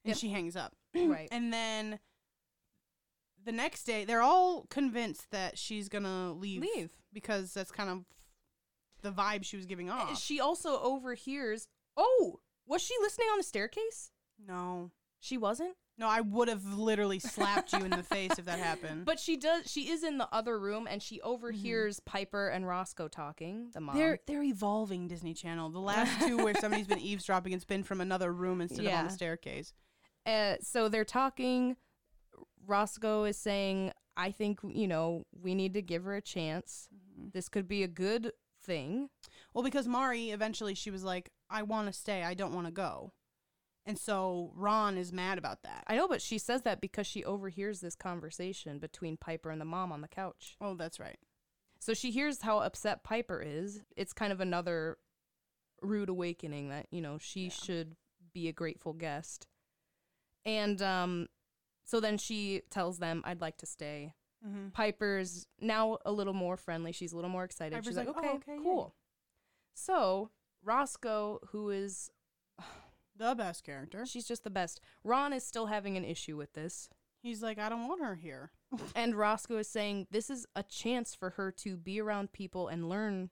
S1: And
S2: Yep.
S1: she hangs up. <clears throat>
S2: Right.
S1: And then the next day, they're all convinced that she's going to leave.
S2: Leave.
S1: Because that's kind of the vibe she was giving
S2: Uh,
S1: off.
S2: She also overhears, oh, was she listening on the staircase?
S1: no.
S2: She wasn't?
S1: No, I would have literally slapped you in the face if that happened. Mm-hmm.
S2: But she does. She is in the other room, and she overhears Piper and Roscoe talking. The mom.
S1: They're they're evolving Disney Channel. The last two <laughs> where somebody's been eavesdropping, it's been from another room instead of on
S2: Yeah.
S1: the staircase.
S2: uh, so they're talking. Roscoe is saying, "I think you know we need to give her a chance.
S1: Mm-hmm.
S2: This could be a good thing."
S1: Well, because Mari eventually she was like, I want to stay. I don't want to go. And so Ron is mad about that.
S2: I know, but she says that because she overhears this conversation between Piper and the mom on the couch.
S1: oh, that's right.
S2: So she hears how upset Piper is. It's kind of another rude awakening that, you know, she
S1: Yeah.
S2: should be a grateful guest. And um so then she tells them I'd like to stay.
S1: Mm-hmm.
S2: Piper's now a little more friendly. She's a little more excited.
S1: Piper's
S2: She's like,
S1: like, "Oh,
S2: "Okay,
S1: okay, yeah,
S2: cool." So, Roscoe, who is
S1: The best character.
S2: she's just the best. Ron is still having an issue with this.
S1: He's like, I don't want her here.
S2: And Roscoe is saying this is a chance for her to be around people and learn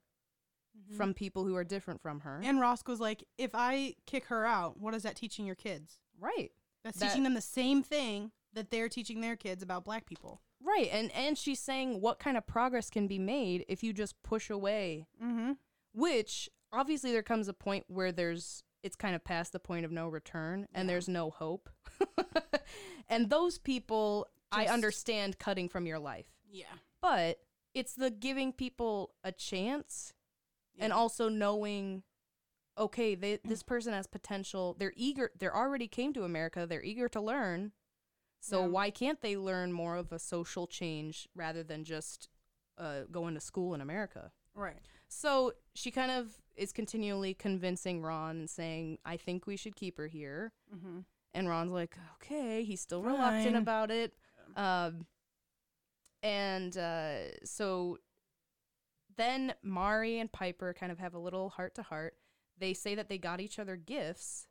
S1: Mm-hmm.
S2: from people who are different from her.
S1: And Roscoe's like, if I kick her out, what is that teaching your kids?
S2: right.
S1: That's
S2: That-
S1: teaching them the same thing that they're teaching their kids about black people.
S2: Right. And and she's saying what kind of progress can be made if you just push away,
S1: Mm-hmm.
S2: which obviously there comes a point where there's it's kind of past the point of no return and
S1: Yeah.
S2: there's no hope. <laughs> and those people I
S1: Just-
S2: understand cutting from your life.
S1: Yeah.
S2: But it's the giving people a chance and
S1: Yeah.
S2: also knowing okay, they, this person has potential. They're eager. They already came to America. They're eager to learn. So
S1: Yeah.
S2: why can't they learn more of a social change rather than just uh, going to school in America?
S1: Right.
S2: So she kind of is continually convincing Ron and saying, "I think we should keep her here."
S1: Mm-hmm.
S2: And Ron's like, "Okay." He's still reluctant
S1: Fine.
S2: about it. Um, and uh, so then Mari and Piper kind of have a little heart to heart. They say that they got each other gifts.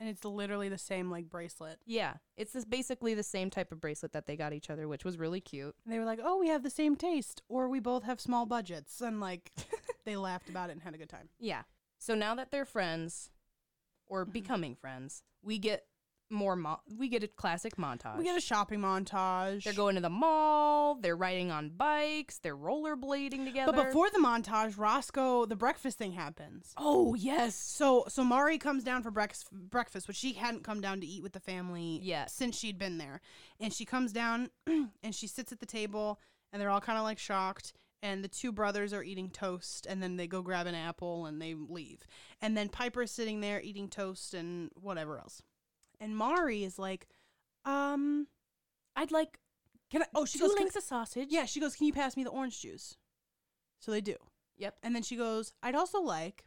S1: And it's literally the same like bracelet.
S2: Yeah, it's this basically the same type of bracelet that they got each other, which was
S1: <laughs>
S2: really cute.
S1: And they were like, "Oh, we have the same taste, or we both have small budgets," and like they laughed about it and had a good time.
S2: Yeah. So now that they're friends,
S1: Mm-hmm.
S2: or becoming friends, we get more. Mo- we get a classic montage.
S1: We get a shopping montage.
S2: they're going to the mall. They're riding on bikes. They're rollerblading together.
S1: but before the montage, Roscoe, the breakfast thing happens.
S2: oh yes,
S1: So, so Mari comes down for breakfast, breakfast, which she hadn't come down to eat with the family
S2: Yes.
S1: since she'd been there. And she comes down <clears throat> and she sits at the table, and they're all kind of like shocked. And the two brothers are eating toast, and then they go grab an apple and they leave. And then Piper's sitting there eating toast and whatever else. And Mari is like, um,
S2: I'd like
S1: can I? Oh, she
S2: two
S1: goes, "Can-
S2: links of sausage.
S1: yeah, she goes, Can you pass me the orange juice? So they do.
S2: Yep.
S1: And then she goes, I'd also like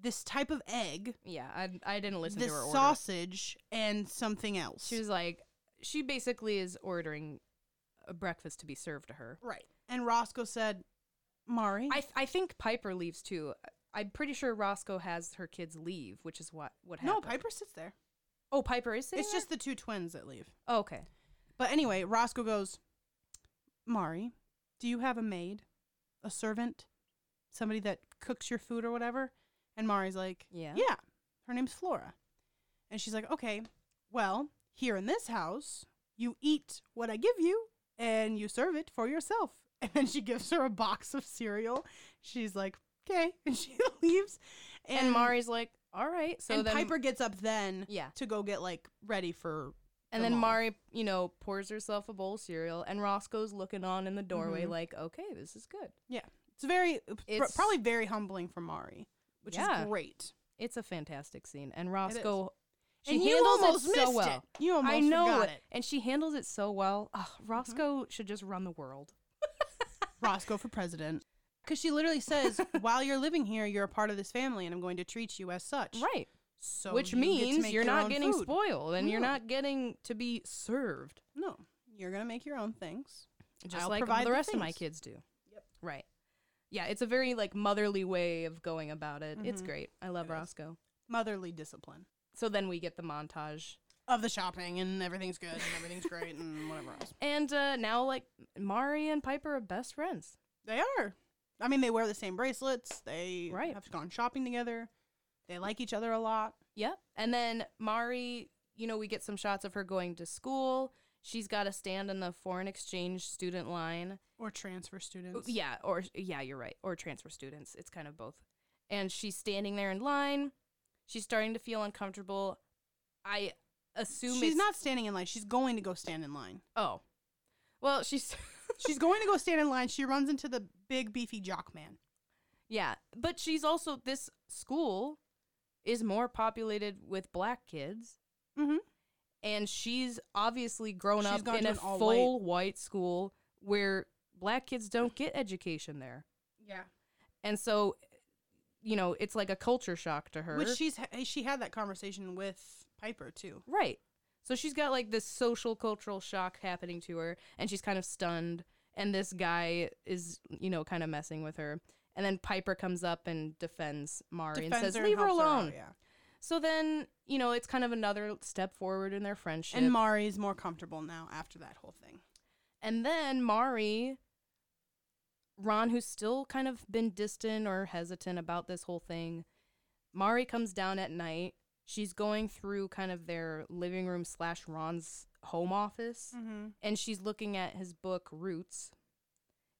S1: this type of egg,
S2: Yeah, I, I didn't listen
S1: this
S2: to her order.
S1: sausage, and something else.
S2: She was like, she basically is ordering a breakfast to be served to her.
S1: right. And Roscoe said, Mari.
S2: I, I think Piper leaves too. I'm pretty sure Roscoe has her kids leave, which is what what happened.
S1: no, Piper sits there.
S2: Oh, Piper is sitting.
S1: It's just the two twins that leave.
S2: there? Oh, okay.
S1: But anyway, Roscoe goes, Mari, do you have a maid, a servant, somebody that cooks your food or whatever? And Mari's like,
S2: Yeah.
S1: Yeah. Her name's Flora. And she's like, Okay, well, here in this house, you eat what I give you and you serve it for yourself. <laughs> And then she gives her a box of cereal. She's like, Okay. <laughs> And she leaves.
S2: And, Mari's like, all right. So
S1: and
S2: then
S1: Piper gets up then
S2: yeah.
S1: to go get like ready for
S2: And
S1: the
S2: then
S1: mall.
S2: Mari, you know, pours herself a bowl of cereal, and Roscoe's looking on in the doorway,
S1: Mhm.
S2: like, okay, this is good.
S1: It's very pr-
S2: It's-
S1: probably very humbling for Mari, which
S2: Yeah.
S1: is great.
S2: It's a fantastic scene, and Roscoe, she
S1: and you
S2: handles
S1: almost
S2: it so
S1: missed
S2: well.
S1: it. You almost
S2: I know
S1: forgot
S2: it.
S1: it. Mm-hmm.
S2: and she handles it so well. Ugh, Roscoe should just run the world.
S1: Roscoe for president. Because she literally
S2: <laughs>
S1: says, while you're living here, you're a part of this family, and I'm going to treat you as such.
S2: Right.
S1: So
S2: Which
S1: you get to
S2: means
S1: make
S2: you're
S1: your
S2: not
S1: own
S2: getting
S1: food.
S2: spoiled and you're
S1: No.
S2: not getting to be served
S1: No, you're gonna make your own things.
S2: just
S1: I'll
S2: like
S1: provide
S2: the
S1: the
S2: rest of my
S1: things.
S2: kids do. Yep. Right. Yeah, it's a very like motherly way of going about it. It's
S1: Mhm.
S2: great. I love
S1: It is.
S2: Roscoe.
S1: Motherly discipline
S2: So then we get the montage.
S1: of the shopping, and everything's good, and everything's great,
S2: <laughs>
S1: and whatever else.
S2: And uh, now like Mari and Piper are best friends.
S1: They are. I mean, they wear the same bracelets. They
S2: Right.
S1: have gone shopping together. They like each other a lot.
S2: Yep. And then Mari, you know, we get some shots of her going to school. She's got to stand in the foreign exchange student line.
S1: Or transfer
S2: Uh,
S1: students.
S2: Yeah, or yeah, you're right. Or transfer students. It's kind of both. And she's standing there in line. She's starting to feel uncomfortable. I assume
S1: she's
S2: it's,
S1: not standing in line. She's going to go stand in line.
S2: Oh, well, she's <laughs>
S1: She's going to go stand in line. She runs into the big beefy jock man.
S2: yeah, but she's also this school is more populated with black kids.
S1: Mm-hmm.
S2: and she's obviously grown
S1: She's
S2: up
S1: gone
S2: in
S1: to
S2: a
S1: an all-white-
S2: full white. school where black kids don't get education there.
S1: Yeah.
S2: And so, you know, it's like a culture shock to her.
S1: Which she's ha- she had that conversation with Piper too.
S2: right. So she's got like this social cultural shock happening to her and she's kind of stunned and this guy is, you know, kind of messing with her. And then Piper comes up and defends Mari and
S1: Defends
S2: says,
S1: her
S2: "Leave her
S1: helps out,
S2: alone."
S1: yeah.
S2: So then, you know, it's kind of another step forward in their friendship.
S1: And Mari's more comfortable now after that whole thing.
S2: And then Mari, Ron, who's still kind of been distant or hesitant about this whole thing, Mari comes down at night. She's going through kind of their living room slash Ron's home office,
S1: Mm-hmm.
S2: and she's looking at his book Roots,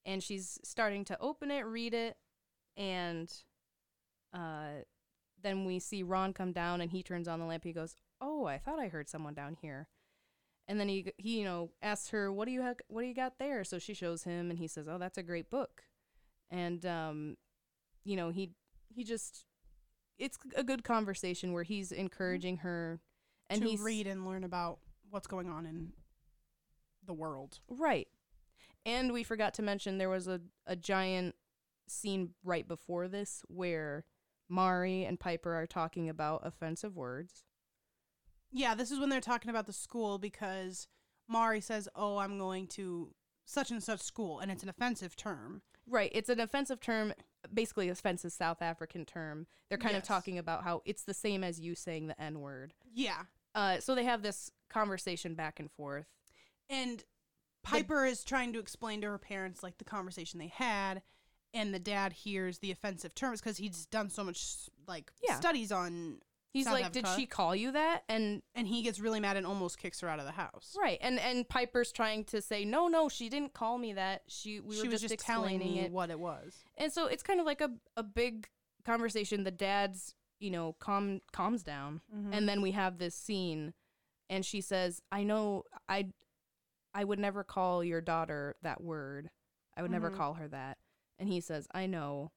S2: and she's starting to open it, read it, and uh, then we see Ron come down, and he turns on the lamp. He goes, "Oh, I thought I heard someone down here," and then he he you know asks her, "What do you have? What do you got there?" So she shows him, and he says, "Oh, that's a great book," and um, you know he he just it's a good conversation where he's encouraging her. And
S1: Mm-hmm. to
S2: he's
S1: read and learn about what's going on in the world.
S2: Right. And we forgot to mention there was a, a giant scene right before this where Mari and Piper are talking about offensive words.
S1: Yeah, this is when they're talking about the school because Mari says, "Oh, I'm going to such and such school," and it's an offensive term.
S2: Right. It's an offensive term, basically, offensive South African term. They're kind of
S1: Yes.
S2: talking about how it's the same as you saying the N word.
S1: Yeah,
S2: Uh, so they have this conversation back and forth.
S1: And Piper is trying to explain to her parents like the conversation they had, and the dad hears the offensive terms because he's done so much like
S2: Yeah.
S1: studies on,
S2: He's
S1: South
S2: like, Did
S1: Africa.
S2: she call you that? And
S1: and he gets really mad and almost kicks her out of the house.
S2: right, and and Piper's trying to say, no, no, she didn't call me that. She we
S1: she
S2: were
S1: was
S2: just,
S1: just, telling
S2: explaining
S1: me
S2: it.
S1: what it was.
S2: And so it's kind of like a, a big conversation. The dad's, you know, calm calms down.
S1: Mm-hmm.
S2: And then we have this scene and she says, I know I I would never call your daughter that word. I would never
S1: Mhm.
S2: call her that. And he says, I know.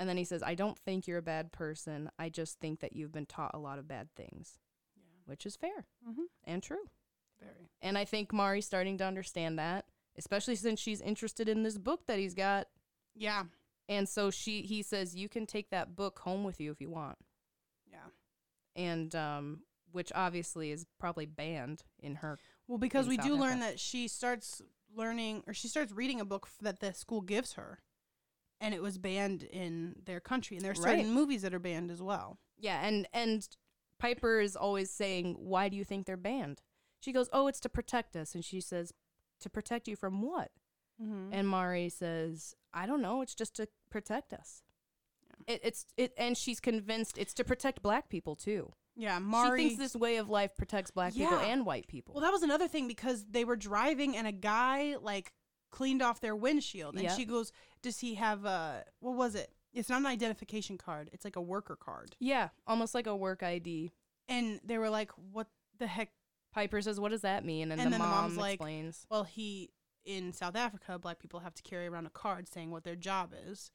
S2: And then he says, I don't think you're a bad person. I just think that you've been taught a lot of bad things.
S1: Yeah.
S2: Which is fair
S1: Mhm.
S2: and true.
S1: very.
S2: And I think Mari's starting to understand that, especially since she's interested in this book that he's got
S1: Yeah,
S2: And so she he says you can take that book home with you if you want.
S1: Yeah.
S2: And um which obviously is probably banned in her.
S1: Well, because
S2: in
S1: we
S2: South
S1: do learn
S2: Africa.
S1: that she starts learning or she starts reading a book f- that the school gives her, and it was banned in their country. And there are certain
S2: Right.
S1: movies that are banned as well.
S2: Yeah, and and Piper is always saying, "Why do you think they're banned?" She goes, "Oh, it's to protect us." And she says, "To protect you from what?"
S1: Mm-hmm.
S2: And Mari says, "I don't know. It's just to protect us." It, it's it, and she's convinced it's to protect black people too.
S1: Yeah,
S2: She
S1: Mari.
S2: thinks this way of life protects black people
S1: Yeah.
S2: and white people.
S1: well, that was another thing because they were driving and a guy like cleaned off their windshield, and
S2: Yeah.
S1: she goes, "Does he have a what was it? It's not an identification card. It's like a worker card."
S2: yeah, almost like a work ID.
S1: And they were like, "What the heck?"
S2: Piper says, "What does that mean?" And,
S1: And
S2: the
S1: then the
S2: mom
S1: mom's like,
S2: explains.
S1: Well, he in South Africa, black people have to carry around a card saying what their job is,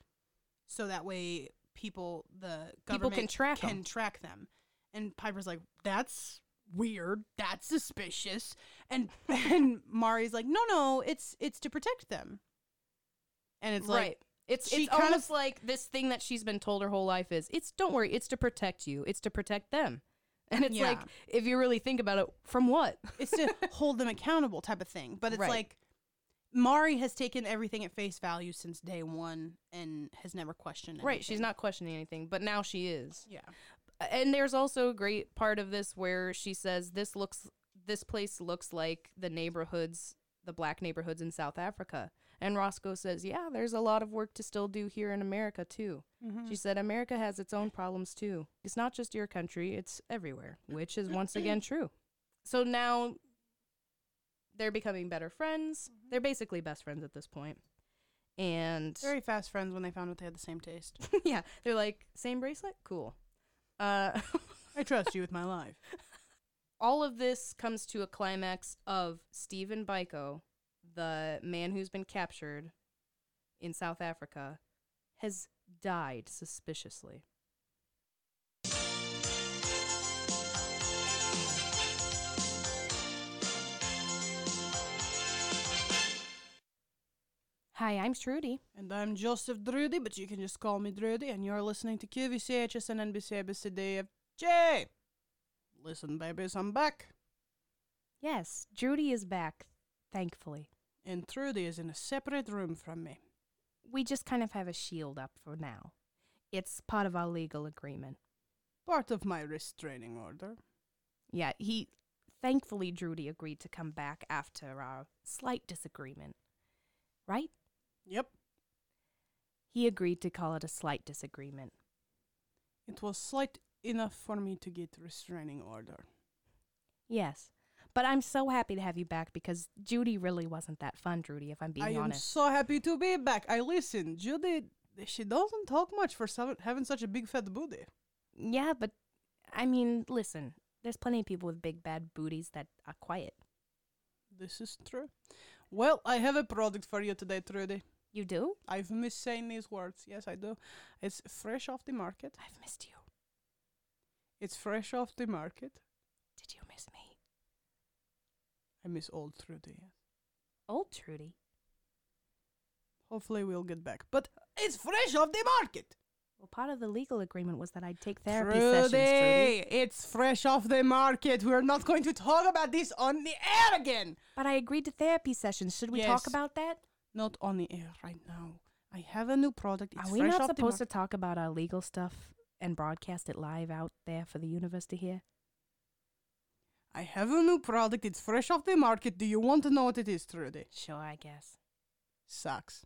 S1: so that way people, the
S2: People
S1: government
S2: can track
S1: can
S2: 'em.
S1: track them. And Piper's like, "That's weird. That's suspicious." And <laughs> and Mari's like, "No, no, it's it's to protect them." And it's
S2: right.
S1: like,
S2: it's
S1: she
S2: it's
S1: kind
S2: almost
S1: of-
S2: like this thing that she's been told her whole life is it's don't worry, it's to protect you, it's to protect them. <laughs> And it's like
S1: Yeah.
S2: if you really think about it, from what?
S1: it's
S2: <laughs>
S1: to hold them accountable type of thing. But it's
S2: Right.
S1: like Mari has taken everything at face value since day one and has never questioned. Anything.
S2: Right, she's not questioning anything, but now she is.
S1: Yeah.
S2: And there's also a great part of this where she says this looks this place looks like the neighborhoods, the black neighborhoods in South Africa. And Roscoe says, "Yeah, there's a lot of work to still do here in America too." She said, "America has its own problems too. It's not just your country, it's everywhere," which is once again true. So now they're becoming better friends. They're basically best friends at this point. And
S1: Very fast friends when they found out they had the same taste.
S2: <laughs> yeah, they're like, "Same bracelet? Cool." Uh <laughs>
S1: I trust you with my life.
S2: all of this comes to a climax of Stephen Biko, the man who's been captured in South Africa, has died suspiciously. Hi, I'm Trudy.
S1: And I'm Joseph Drudy, but you can just call me Drudy, and you're listening to QVCHS and NBC ABCD FJ. E, Listen, babies, I'm back.
S2: Yes, Judy is back, thankfully.
S1: And Trudy is in a separate room from me.
S2: We just kind of have a shield up for now. It's part of our legal agreement.
S1: Part of my restraining order.
S2: Yeah, he thankfully Drudy agreed to come back after our slight disagreement. Right?
S1: Yep.
S2: He agreed to call it a slight disagreement.
S1: It was slight enough for me to get restraining order.
S2: Yes. But I'm so happy to have you back because Judy really wasn't that fun, Drudy, if I'm being
S1: I am
S2: honest.
S1: so happy to be back. I listen, Judy, she doesn't talk much for some, having such a big fat booty.
S2: yeah, but I mean, listen, there's plenty of people with big bad booties that are quiet.
S1: This is true. Well, I have a product for you today, Trudy.
S2: You do?
S1: I've missed saying these words. Yes, I do. It's fresh off the market.
S2: I've missed you.
S1: It's fresh off the market.
S2: Did you miss me?
S1: I miss old Trudy. yes.
S2: Old Trudy.
S1: Hopefully, we'll get back. But it's fresh off the market.
S2: Well, part of the legal agreement was that I'd take therapy sessions, Trudy.
S1: Trudy, it's fresh off the market. We're not going to talk about this on the air again.
S2: But I agreed to therapy sessions. Should we talk
S1: Yes.
S2: about that?
S1: Not on the air right now. I have a new product. It's
S2: Are we
S1: fresh
S2: not
S1: off
S2: supposed
S1: the
S2: to talk about our legal stuff and broadcast it live out there for the universe to hear?
S1: I have a new product. It's fresh off the market. Do you want to know what it is, Trudy?
S2: Sure, I guess.
S1: Socks.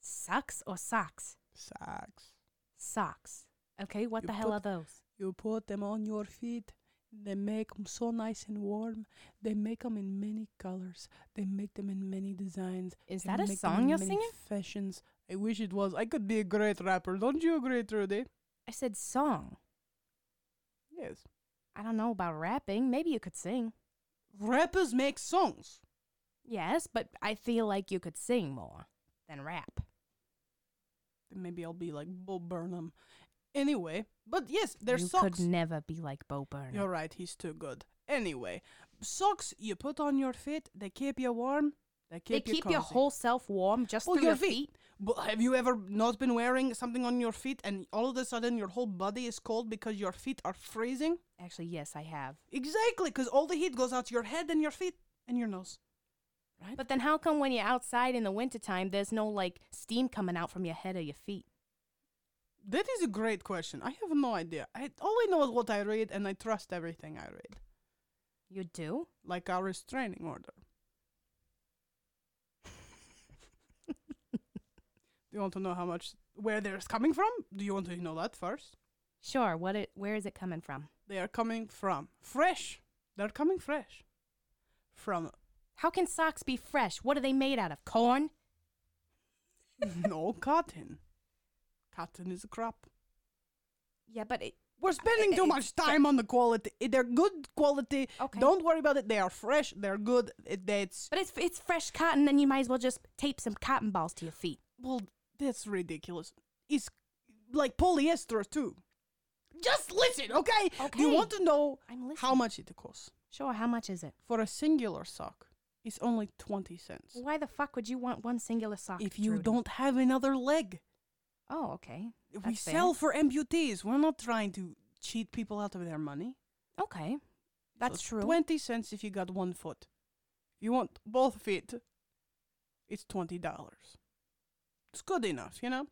S2: Sucks or socks?
S1: Socks.
S2: Socks. Okay, what
S1: You
S2: the hell
S1: put-
S2: are those?
S1: You put them on your feet. They make 'em so nice and warm. They make 'em in many colors. They make them in many designs.
S2: Is
S1: They
S2: that a
S1: make 'em
S2: song
S1: in
S2: you're
S1: many
S2: singing?
S1: Fashions. I wish it was. I could be a great rapper. Don't you agree, Trudy?
S2: I said song.
S1: Yes.
S2: I don't know about rapping. Maybe you could sing.
S1: Rappers make songs.
S2: Yes, but I feel like you could sing more than rap.
S1: Then Maybe I'll be like Bo Burnham. Anyway, but yes, they're
S2: you
S1: socks.
S2: could never be like Bo Burnham.
S1: You're right. He's too good. Anyway, socks you put on your feet. They keep you warm. They
S2: they
S1: keep you
S2: keep your
S1: cozy.
S2: whole self warm just
S1: Well,
S2: through
S1: your
S2: your feet.
S1: feet. But have you ever not been wearing something on your feet and all of a sudden your whole body is cold because your feet are freezing?
S2: Actually, yes, I have.
S1: Exactly, because all the heat goes out to your head and your feet and your nose.
S2: But then how come when you're outside in the wintertime, there's no like steam coming out from your head or your feet?
S1: That is a great question. I have no idea. I all I know is what I read, and I trust everything I read,
S2: You do?
S1: like our restraining order. <laughs> Do you want to know how much where they're coming from? Do you want to know that first?
S2: Sure. What it? Where is it coming from?
S1: They are coming from fresh. They're coming fresh from <laughs>
S2: How can socks be fresh? What are they made out of? Corn?
S1: no cotton. Cotton is a crop.
S2: Yeah, but it,
S1: We're spending too much time on the quality. Eh, They're good quality.
S2: Okay.
S1: Don't worry about it. They are fresh. They're good. It, that's
S2: but it's it's fresh cotton. Then you might as well just tape some cotton balls to your feet.
S1: well, that's ridiculous. It's like polyester too. Just listen, okay? Do you
S2: Okay.
S1: want to know
S2: I'm listening.
S1: how much it costs
S2: Sure. How much is it?
S1: for a singular sock? It's only twenty cents.
S2: Why the fuck would you want one singular sock?
S1: If you
S2: Trudy?
S1: don't have another leg,
S2: Oh, okay.
S1: we
S2: That's fair.
S1: sell for amputees. We're not trying to cheat people out of their money.
S2: Okay,
S1: So
S2: that's
S1: it's
S2: true.
S1: 20 cents if you got one foot. If you want both feet, it's $20. It's good enough, you know?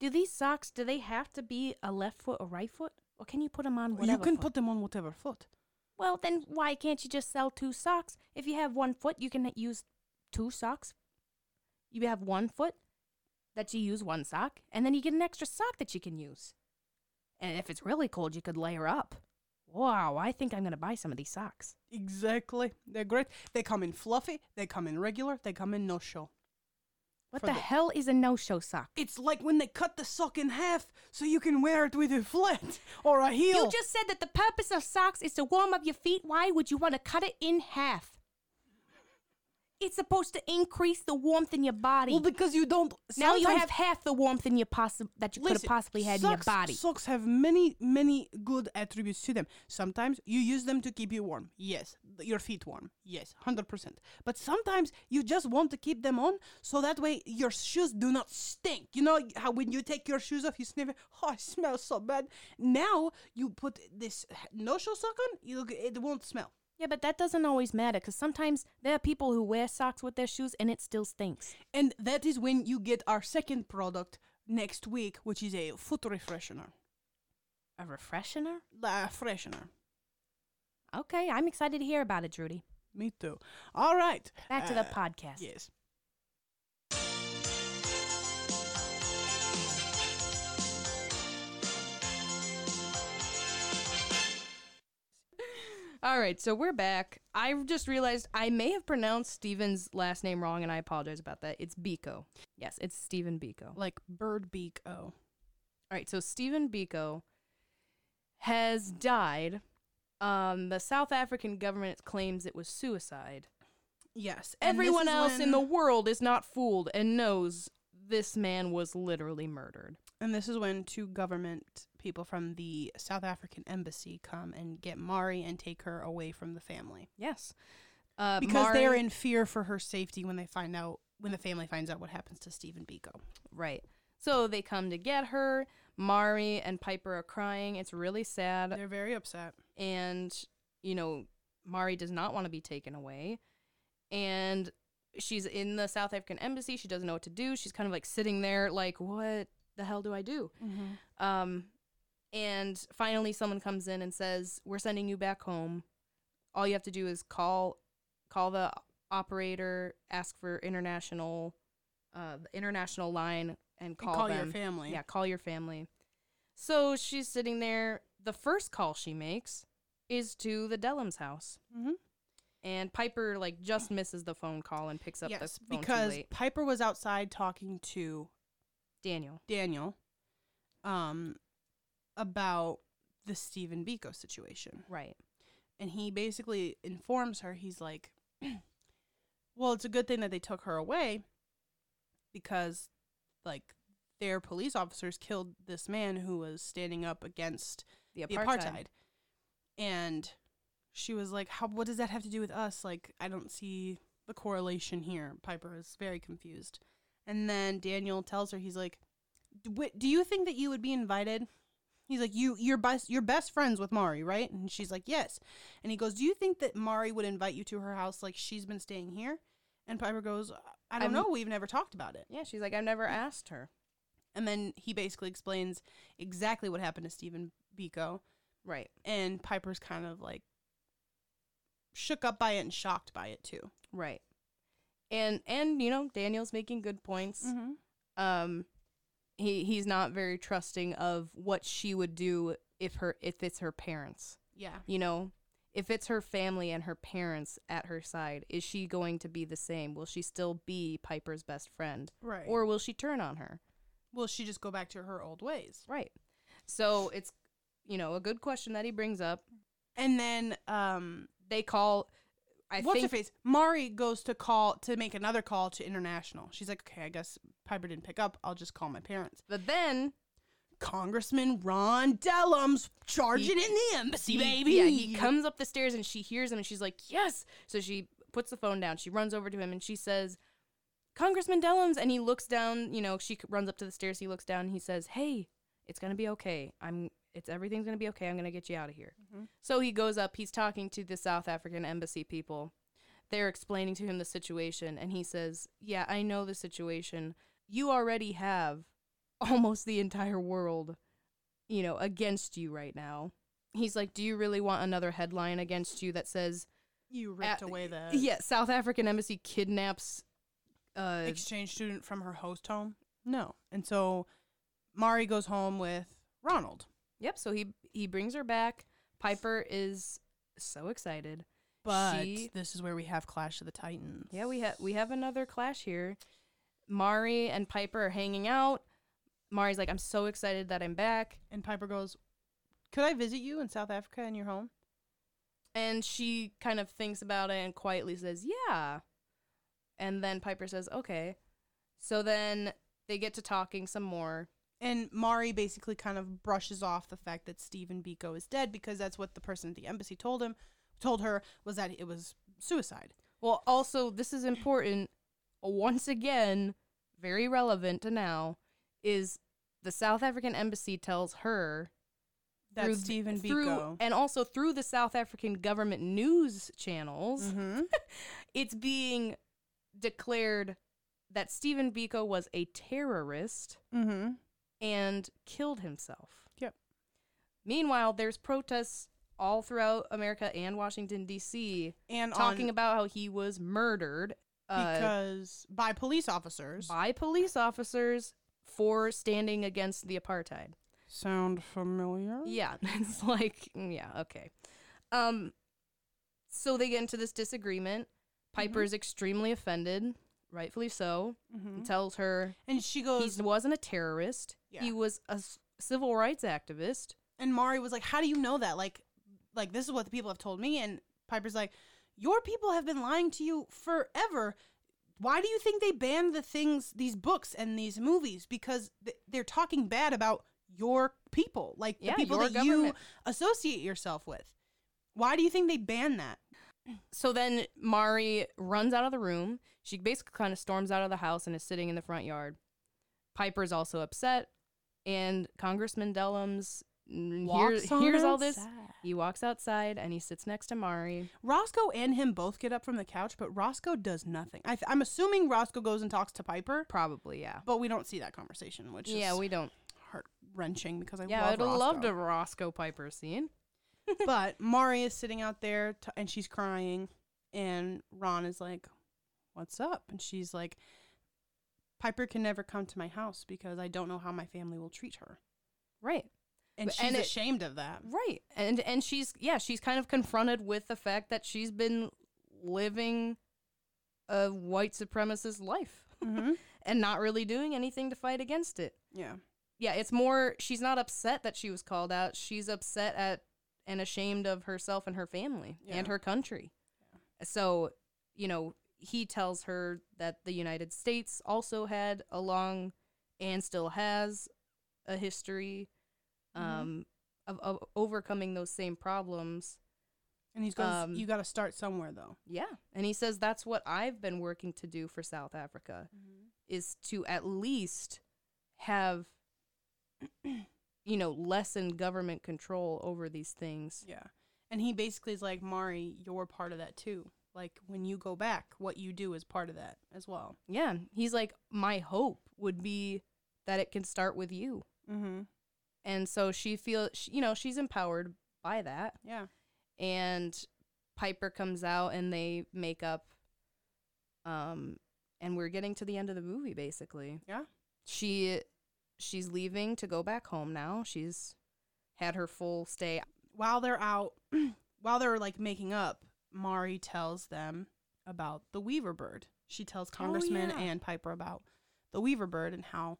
S2: do these socks? Do they have to be a left foot or right foot, or can you put them on whatever?
S1: you can
S2: foot?
S1: put them on whatever foot.
S2: Well, then why can't you just sell two socks? If you have one foot, you can use two socks. You have one foot that you use one sock, and then you get an extra sock that you can use. And if it's really cold, you could layer up. Wow, I think I'm going to buy some of these socks.
S1: Exactly. They're great. They come in fluffy, they come in regular, they come in no show.
S2: What
S1: For
S2: the
S1: the-
S2: hell is a no show sock?
S1: It's like when they cut the sock in half so you can wear it <laughs> with a flat or a heel.
S2: You just said that the purpose of socks is to warm up your feet. Why would you want to cut it in half? It's supposed to increase the warmth in your body.
S1: well, because you don't.
S2: now you
S1: sometimes-
S2: have half the warmth in your possi- that you could have
S1: Listen,
S2: possibly had
S1: socks,
S2: in your body.
S1: Socks have many, many good attributes to them. Sometimes you use them to keep you warm. Yes, th- your feet warm. Yes, 100%. But sometimes you just want to keep them on so that way your shoes do not stink. You know how when you take your shoes off, you sniff it, <laughs> oh, it smells so bad. Now you put this no show sock on, you, it won't smell.
S2: Yeah, but that doesn't always matter because sometimes there are people who wear socks with their shoes and it still stinks.
S1: And that is when you get our second product next week, which is a foot refreshener.
S2: A refreshener?
S1: La freshener.
S2: Okay, I'm excited to hear about it, Drudy.
S1: Me too. All right.
S2: Back to the
S1: Uh,
S2: podcast.
S1: Yes.
S2: All right, so we're back. I just realized I may have pronounced Steven's last name wrong and I apologize about that. It's Biko. Yes, it's Steven Biko. All
S1: Like bird beak
S2: oh.
S1: O.
S2: right, so Steven Biko has died. Um, the South African government claims it was suicide.
S1: Yes.
S2: Everyone else in the world is not fooled and knows this man was literally murdered.
S1: And this is when two government people from the South African embassy come and get Mari and take her away from the family.
S2: Yes. Uh,
S1: Because they're
S2: Mari-
S1: in fear for her safety when they find out when the family finds out what happens to Stephen Biko.
S2: Right. So they come to get her. Mari and Piper are crying. It's really sad.
S1: They're very upset.
S2: and, you know, Mari does not want to be taken away. And she's in the South African embassy. She doesn't know what to do. She's kind of like sitting there, like, what the hell do I do? Um, and finally, someone comes in and says, "We're sending you back home. All you have to do is call, call the operator, ask for international, uh, the international line, and
S1: Call,
S2: call,
S1: call
S2: them.
S1: your family.
S2: Yeah, call your family." So she's sitting there. The first call she makes is to the Dellums house,
S1: Mhm.
S2: and Piper like just misses the phone call and picks up
S1: Yes,
S2: the phone too
S1: because
S2: late.
S1: Piper was outside talking to
S2: Daniel.
S1: Daniel um, about the Stephen Biko situation.
S2: Right.
S1: and he basically informs her he's like <clears throat> well it's a good thing that they took her away because like their police officers killed this man who was standing up against
S2: The
S1: the
S2: apartheid.
S1: apartheid and she was like how what does that have to do with us like i don't see the correlation here piper is very confused And then Daniel tells her, he's like, "D- wi- "Do you think that you would be invited?" He's like, "You, you're best, you're best friends with Mari, right?" And she's like, "Yes." And he goes, "Do you think that Mari would invite you to her house like she's been staying here?" And Piper goes, "I don't
S2: I'm-
S1: know. We've never talked about it."
S2: Yeah, she's like, I've never asked her.
S1: And then he basically explains exactly what happened to Stephen Biko,
S2: Right.
S1: and Piper's kind of like shook up by it and shocked by it too.
S2: Right. And and you know, Daniel's making good points.
S1: Mm-hmm.
S2: Um he he's not very trusting of what she would do if her if it's her parents.
S1: Yeah.
S2: You know, if it's her family and her parents at her side, is she going to be the same? Will she still be Piper's best friend
S1: Right. Or
S2: or will she turn on her?
S1: will she just go back to her old ways?
S2: Right. So it's you know, a good question that he brings up.
S1: And then um
S2: They call I
S1: What's her
S2: think
S1: face? Mari goes to call to make another call to international. She's like, okay, I guess Piper didn't pick up. I'll just call my parents.
S2: but then
S1: Congressman Ron Dellum's charging
S2: He-
S1: in the embassy,
S2: he-
S1: baby.
S2: Yeah, he comes up the stairs and she hears him and she's like, yes. So she puts the phone down. She runs over to him and she says, Congressman Dellums. And he looks down, you know, she c- runs up to the stairs. He looks down and he says, hey, it's going to be okay. I'm, it's everything's going to be okay. I'm going to get you out of here.
S1: Mhm.
S2: So he goes up. He's talking to the South African embassy people. They're explaining to him the situation and he says, yeah, I know the situation. You already have <laughs> almost the entire world, you know, against you right now he's like, "Do you really want another headline against you that says,
S1: You ripped
S2: At-
S1: away the
S2: Uh, yeah, South African embassy kidnaps uh
S1: exchange student from her host home. No. And so Mari goes home with Ronald.
S2: Yep, so he he brings her back. Piper is so excited.
S1: But
S2: She-
S1: this is where we have Clash of the Titans.
S2: Yeah, we have we have another clash here. Mari and Piper are hanging out. Mari's like, "I'm so excited that I'm back."
S1: and Piper goes, Could I visit you in South Africa in your home?
S2: And she kind of thinks about it and quietly says, "Yeah." And then Piper says, "Okay." So then they get to talking some more.
S1: And Mari basically kind of brushes off the fact that Stephen Biko is dead because that's what the person at the embassy told him, told her was that it was suicide.
S2: Well, also, this is important. Once again, very relevant to now, is the South African embassy tells her
S1: That
S2: through-
S1: Stephen
S2: through-
S1: Biko.
S2: and also through the South African government news channels,
S1: Mm-hmm. <laughs>
S2: it's being declared that Stephen Biko was a terrorist
S1: Mm-hmm.
S2: and killed himself.
S1: Yep.
S2: Meanwhile, there's protests all throughout America and Washington D.C.
S1: And
S2: talking
S1: on,
S2: about how he was murdered uh,
S1: because by police officers.
S2: by police officers for standing against the apartheid.
S1: Sound familiar?
S2: Yeah, <laughs> it's like mm, yeah, okay. Um so they get into this disagreement. Piper is extremely offended, rightfully so.
S1: Mm-hmm.
S2: and Tells her
S1: And she
S2: he
S1: goes,
S2: wasn't a terrorist.
S1: Yeah.
S2: He was a s- civil rights activist.
S1: and Mari was like, "How do you know that? Like, like this is what the people have told me." And Piper's like, "Your people have been lying to you forever. Why do you think they banned the things, these books and these movies? Because th- they're talking bad about your people, like
S2: Yeah,
S1: the people
S2: your
S1: that
S2: government.
S1: you associate yourself with. Why do you think they banned that?"
S2: So then Mari runs out of the room. She basically kind of storms out of the house and is sitting in the front yard. Piper's also upset, and Congressman Dellums mm, hears, hears all this. He walks outside and he sits next to Mari.
S1: Roscoe and him both get up from the couch, but Roscoe does nothing. I th- I'm assuming Roscoe goes and talks to Piper,
S2: Probably, yeah.
S1: but we don't see that conversation, which
S2: yeah,
S1: is
S2: we don't.
S1: heart wrenching because I
S2: Yeah,
S1: love
S2: I'd have loved
S1: Roscoe.
S2: a Roscoe Piper scene.
S1: <laughs> but Mari is sitting out there t- and she's crying, and Ron is like, "What's up?" And she's like, "Piper can never come to my house because I don't know how my family will treat her,"
S2: Right,
S1: and
S2: But-
S1: she's
S2: and it-
S1: ashamed of
S2: <laughs>
S1: that.
S2: right, and and she's yeah, she's kind of confronted with the fact that she's been living a white supremacist life
S1: hmm
S2: and not really doing anything to fight against it.
S1: Yeah,
S2: yeah, it's more she's not upset that she was called out. She's upset at and ashamed of herself and her family
S1: Yeah.
S2: and her country. So, you know, he tells her that the United States also had a long and still has a history
S1: Mhm.
S2: um, of, of overcoming those same problems.
S1: And he's going.
S2: Um,
S1: you got to start somewhere though.
S2: Yeah. And he says that's what I've been working to do for South Africa is to at least have <clears throat> you know, lessen government control over these things.
S1: Yeah. And he basically is like, Mari, you're part of that too. Like when you go back, what you do is part of that as well.
S2: Yeah. He's like my hope would be that it can start with you.
S1: Mm-hmm.
S2: And so she feels she, you know, she's empowered by that.
S1: Yeah.
S2: and Piper comes out and they make up. Um, and we're getting to the end of the movie basically.
S1: Yeah.
S2: She she's leaving to go back home now. She's had her full stay.
S1: While they're out, <clears throat> while they're like making up, Mari tells them about the Weaver Bird. She tells Congressman
S2: Oh, yeah.
S1: and Piper about the Weaver Bird and how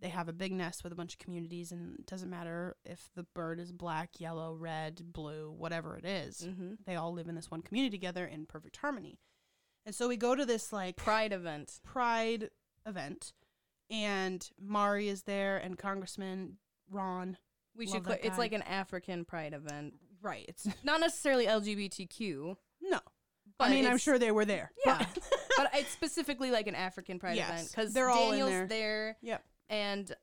S1: they have a big nest with a bunch of communities, and it doesn't matter if the bird is black, yellow, red, blue, whatever it is.
S2: Mm-hmm.
S1: They all live in this one community together in perfect harmony. And so we go to this like
S2: Pride event.
S1: pride event and Mari is there and Congressman Ron.
S2: We
S1: Love
S2: should
S1: that
S2: cl- it's
S1: guy.
S2: like an African pride event.
S1: Right. It's <laughs>
S2: Not necessarily LGBTQ,
S1: no.
S2: but
S1: I mean, I'm
S2: it's-
S1: sure they were there.
S2: Yeah.
S1: but-
S2: but it's specifically like an African pride
S1: Yes,
S2: event cuz
S1: they're all in
S2: Daniel's
S1: there.
S2: there
S1: Yep.
S2: and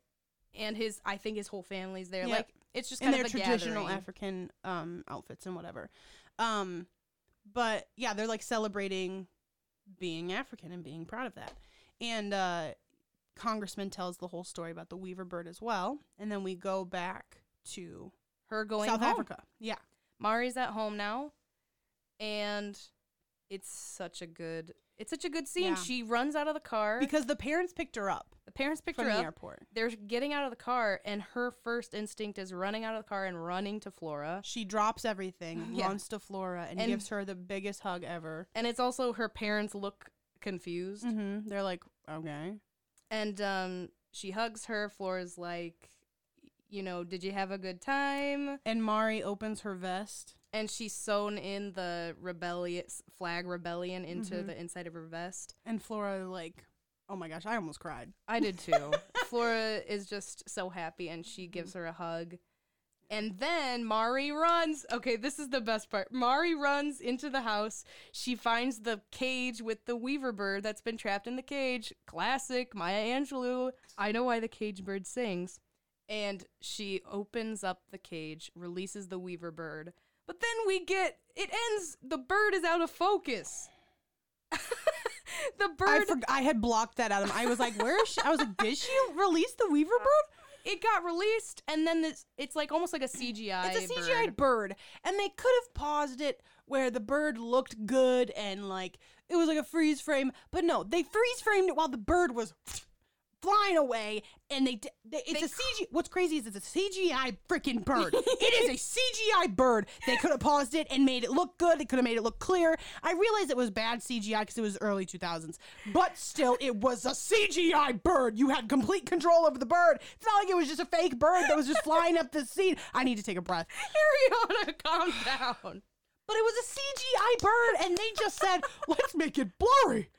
S2: and his I think his whole family's there.
S1: Yep.
S2: Like it's just
S1: in
S2: kind
S1: their
S2: of a
S1: traditional
S2: gathering.
S1: African um outfits and whatever. Um but yeah, they're like celebrating being African and being proud of that. And uh Congressman tells the whole story about the Weaver bird as well, and then we go back to
S2: her going
S1: South
S2: home.
S1: Africa. Yeah.
S2: Mari's at home now, and it's such a good it's such a good scene.
S1: Yeah.
S2: She runs out of the car.
S1: Because the parents picked her up
S2: the parents picked
S1: from
S2: her
S1: the
S2: up.
S1: airport.
S2: They're getting out of the car, and her first instinct is running out of the car and running to Flora.
S1: She drops everything,
S2: <laughs> Yeah.
S1: runs to Flora, and,
S2: And-
S1: gives her the biggest hug ever.
S2: And it's also her parents look confused,
S1: Mm-hmm. They're like, okay.
S2: and um, she hugs her. Flora's like, you know, did you have a good time?
S1: And Mari opens her vest.
S2: And she's sewn in the rebellious flag rebellion into
S1: Mhm.
S2: the inside of her vest.
S1: And Flora, like, oh my gosh, I almost cried.
S2: I did too. Flora is just so happy and she gives her a hug. And then Mari runs. Okay, this is the best part. Mari runs into the house. She finds the cage with the weaver bird that's been trapped in the cage. Classic Maya Angelou. I know why the cage bird sings. And she opens up the cage, releases the weaver bird. But then we get it ends. The bird is out of focus. <laughs> the
S1: I,
S2: bird
S1: forg I had blocked that out of I was like, where is she? I was like, did she <laughs> release the Weaver bird?
S2: it got released and then this it's like almost like a CGI.
S1: It's a CGI <laughs> bird.
S2: bird.
S1: And they could have paused it where the bird looked good and like it was like a freeze frame. But no, they freeze framed it while the bird was flying away. And they, d- they it's
S2: They
S1: a CGI. What's crazy is it's a CGI freaking bird. it is a CGI bird. They could have paused it and made it look good. They could have made it look clear. I realize it was bad CGI because it was early 2000s. But still, it was a CGI bird. You had complete control over the bird. It's not like it was just a fake bird that was just flying up the scene. I need to take a breath.
S2: Ariana, calm down.
S1: But it was a CGI bird, and they just said, let's make it blurry.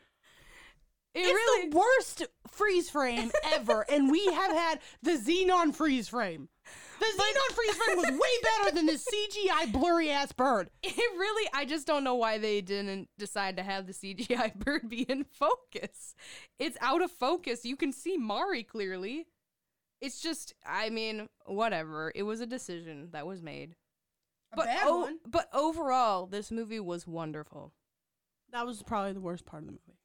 S2: It
S1: It's
S2: really
S1: the worst freeze frame ever, and we have had the Xenon freeze frame. The Xenon freeze frame was way better than this CGI blurry ass bird.
S2: <laughs> it really I just don't know why they didn't decide to have the CGI <laughs> bird be in focus. It's out of focus. You can see Mari clearly. It's just I mean, whatever. It was a decision that was made. but o- but overall, this movie was wonderful. <laughs>
S1: That was probably the worst part of the movie.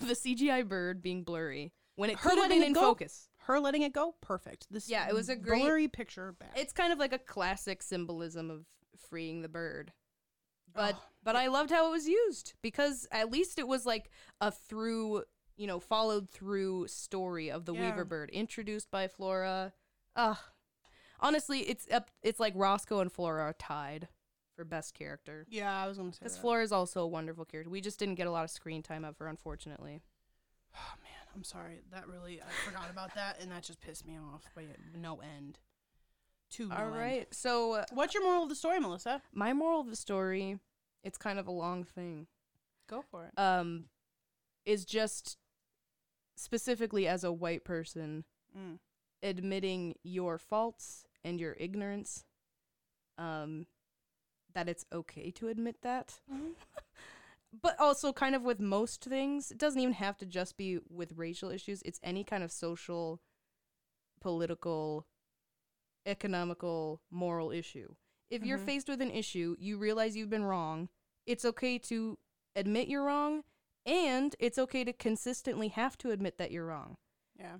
S2: the CGI bird being blurry when it
S1: Her
S2: could have
S1: letting
S2: been
S1: it
S2: in
S1: go?
S2: focus.
S1: Her letting it go, perfect. This
S2: Yeah, it was a great-
S1: blurry picture. Bad.
S2: it's kind of like a classic symbolism of freeing the bird but
S1: Oh.
S2: but i loved how it was used because at least it was like a through you know followed through story of the
S1: Yeah.
S2: weaver bird introduced by flora Ugh. honestly it's up it's like roscoe and flora are tied for best character
S1: yeah, I was gonna say
S2: because
S1: that.
S2: flora is also a wonderful character we just didn't get a lot of screen time of her unfortunately
S1: Oh man, I'm sorry. That really I forgot about that, and that just pissed me off. But no end. Two.
S2: all right so uh,
S1: What's your moral of the story, Melissa?
S2: my moral of the story it's kind of a long thing
S1: Go for it.
S2: um is just specifically as a white person
S1: Mm.
S2: admitting your faults and your ignorance um that it's okay to admit that.
S1: Mhm.
S2: <laughs> but also, kind of with most things, it doesn't even have to just be with racial issues, it's any kind of social, political, economical, moral issue. If you're
S1: Mhm.
S2: faced with an issue, you realize you've been wrong, it's okay to admit you're wrong, and it's okay to consistently have to admit that you're wrong
S1: Yeah.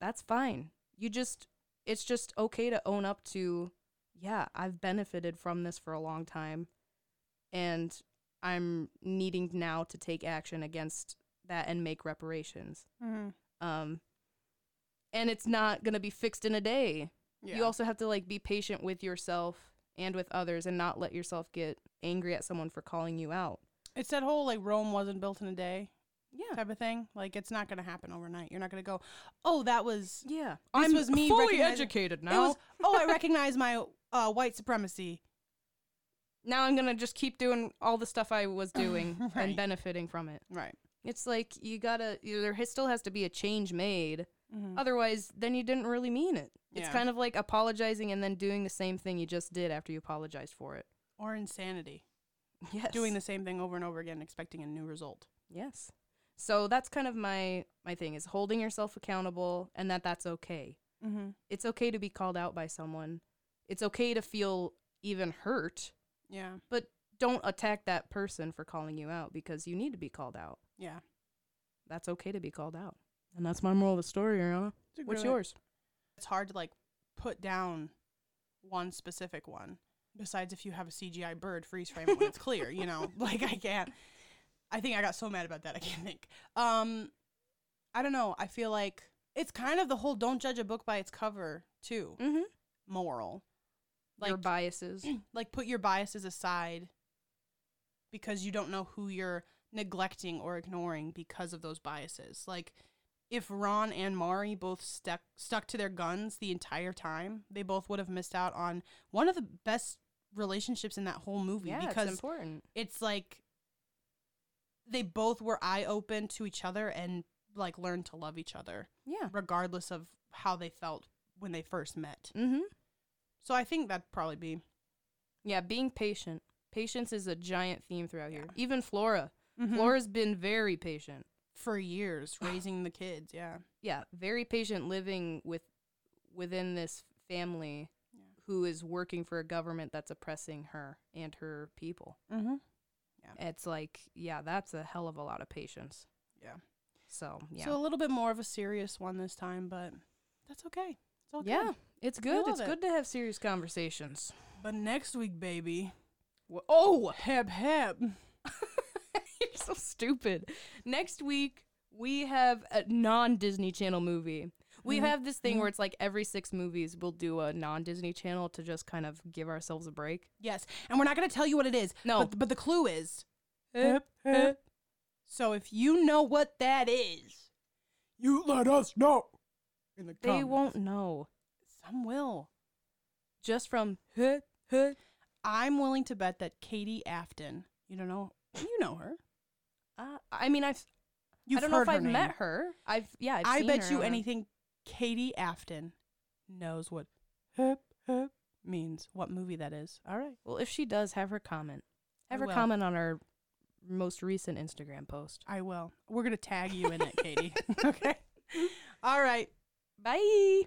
S2: that's fine. You just it's just okay to own up to yeah, I've benefited from this for a long time and I'm needing now to take action against that and make reparations.
S1: Mm-hmm.
S2: Um and it's not going to be fixed in a day.
S1: Yeah.
S2: You also have to like be patient with yourself and with others and not let yourself get angry at someone for calling you out.
S1: it's that whole like Rome wasn't built in a day
S2: Yeah.
S1: type of thing. Like it's not going to happen overnight. You're not going to go, oh, that was.
S2: Yeah.
S1: This
S2: I'm
S1: was me
S2: fully
S1: recognizing-
S2: educated
S1: It
S2: now.
S1: was. Oh, <laughs> I recognize my uh, white supremacy.
S2: now I'm going to just keep doing all the stuff I was doing
S1: <laughs> Right.
S2: and benefiting from it.
S1: Right.
S2: It's like you gotta you- there has- still has to be a change made.
S1: Mm-hmm.
S2: Otherwise, then you didn't really mean it. It's
S1: Yeah.
S2: kind of like apologizing and then doing the same thing you just did after you apologized
S1: <laughs>
S2: for it.
S1: Or insanity.
S2: Yes.
S1: Doing the same thing over and over again, expecting a new result.
S2: Yes. So that's kind of my my thing is holding yourself accountable and that that's okay.
S1: Mm-hmm.
S2: It's okay to be called out by someone. It's okay to feel even hurt,
S1: Yeah.
S2: but don't attack that person for calling you out because you need to be called out.
S1: Yeah.
S2: That's okay to be called out. And that's my moral of the story, Ariana. What's yours?
S1: It's hard to like put down one specific one. Besides, if you have a CGI bird freeze frame when it's clear, you
S2: <laughs>
S1: know, like I can't. I think I got so mad about that I can't think. Um, I don't know. I feel like it's kind of the whole "don't judge a book by its cover" too
S2: Mm-hmm.
S1: moral. Like,
S2: Your <clears throat> biases.
S1: like put your biases aside because you don't know who you're neglecting or ignoring because of those biases. Like if Ron and Mari both stuck stuck to their guns the entire time, they both would have missed out on one of the best relationships in that whole movie
S2: yeah,
S1: because
S2: it's important.
S1: it's like they both were eye open to each other and like learned to love each other
S2: Yeah.
S1: regardless of how they felt when they first met.
S2: Mm-hmm.
S1: So I think that'd probably be
S2: Yeah, being patient. Patience is a giant theme throughout here.
S1: Yeah.
S2: Even Flora. Flora's been very patient.
S1: for
S2: <sighs>
S1: years raising the kids. Yeah.
S2: Yeah, very patient living with within this family
S1: Yeah.
S2: who is working for a government that's oppressing her and her people.
S1: Mm-hmm.
S2: It's like, yeah, that's a hell of a lot of patience.
S1: Yeah.
S2: So, yeah.
S1: So a little bit more of a serious one this time, but that's okay. It's all
S2: yeah,
S1: good.
S2: it's good.
S1: love
S2: It's
S1: it.
S2: good to have serious conversations.
S1: But next week, baby.
S2: Oh,
S1: Heb heb.
S2: <laughs> You're so stupid. Next week, we have a non Disney Channel movie. We
S1: Mhm.
S2: have this thing
S1: Mhm.
S2: where it's like every six movies, we'll do a non Disney Channel to just kind of give ourselves a break.
S1: Yes. And we're not going to tell you what it is.
S2: No.
S1: But, but the clue is.
S2: Heb, heb.
S1: So if you know what that is, you let us know in the
S2: They
S1: comments.
S2: won't know.
S1: Some will.
S2: Just from huh, huh.
S1: I'm willing to bet that Katie Afton, you don't know, you know her.
S2: Uh, I mean, I've
S1: You've
S2: I don't know
S1: heard
S2: if I've
S1: her name.
S2: met her. I've yeah. I've
S1: i
S2: seen
S1: bet
S2: her
S1: you
S2: on a-
S1: anything Katie Afton knows what hip hip means, what movie that is. All right.
S2: Well, if she does, have her comment.
S1: I
S2: Have her
S1: will.
S2: comment on our most recent Instagram post.
S1: I
S2: <laughs>
S1: will. We're going to tag you in it, Katie. okay. All right.
S2: Bye.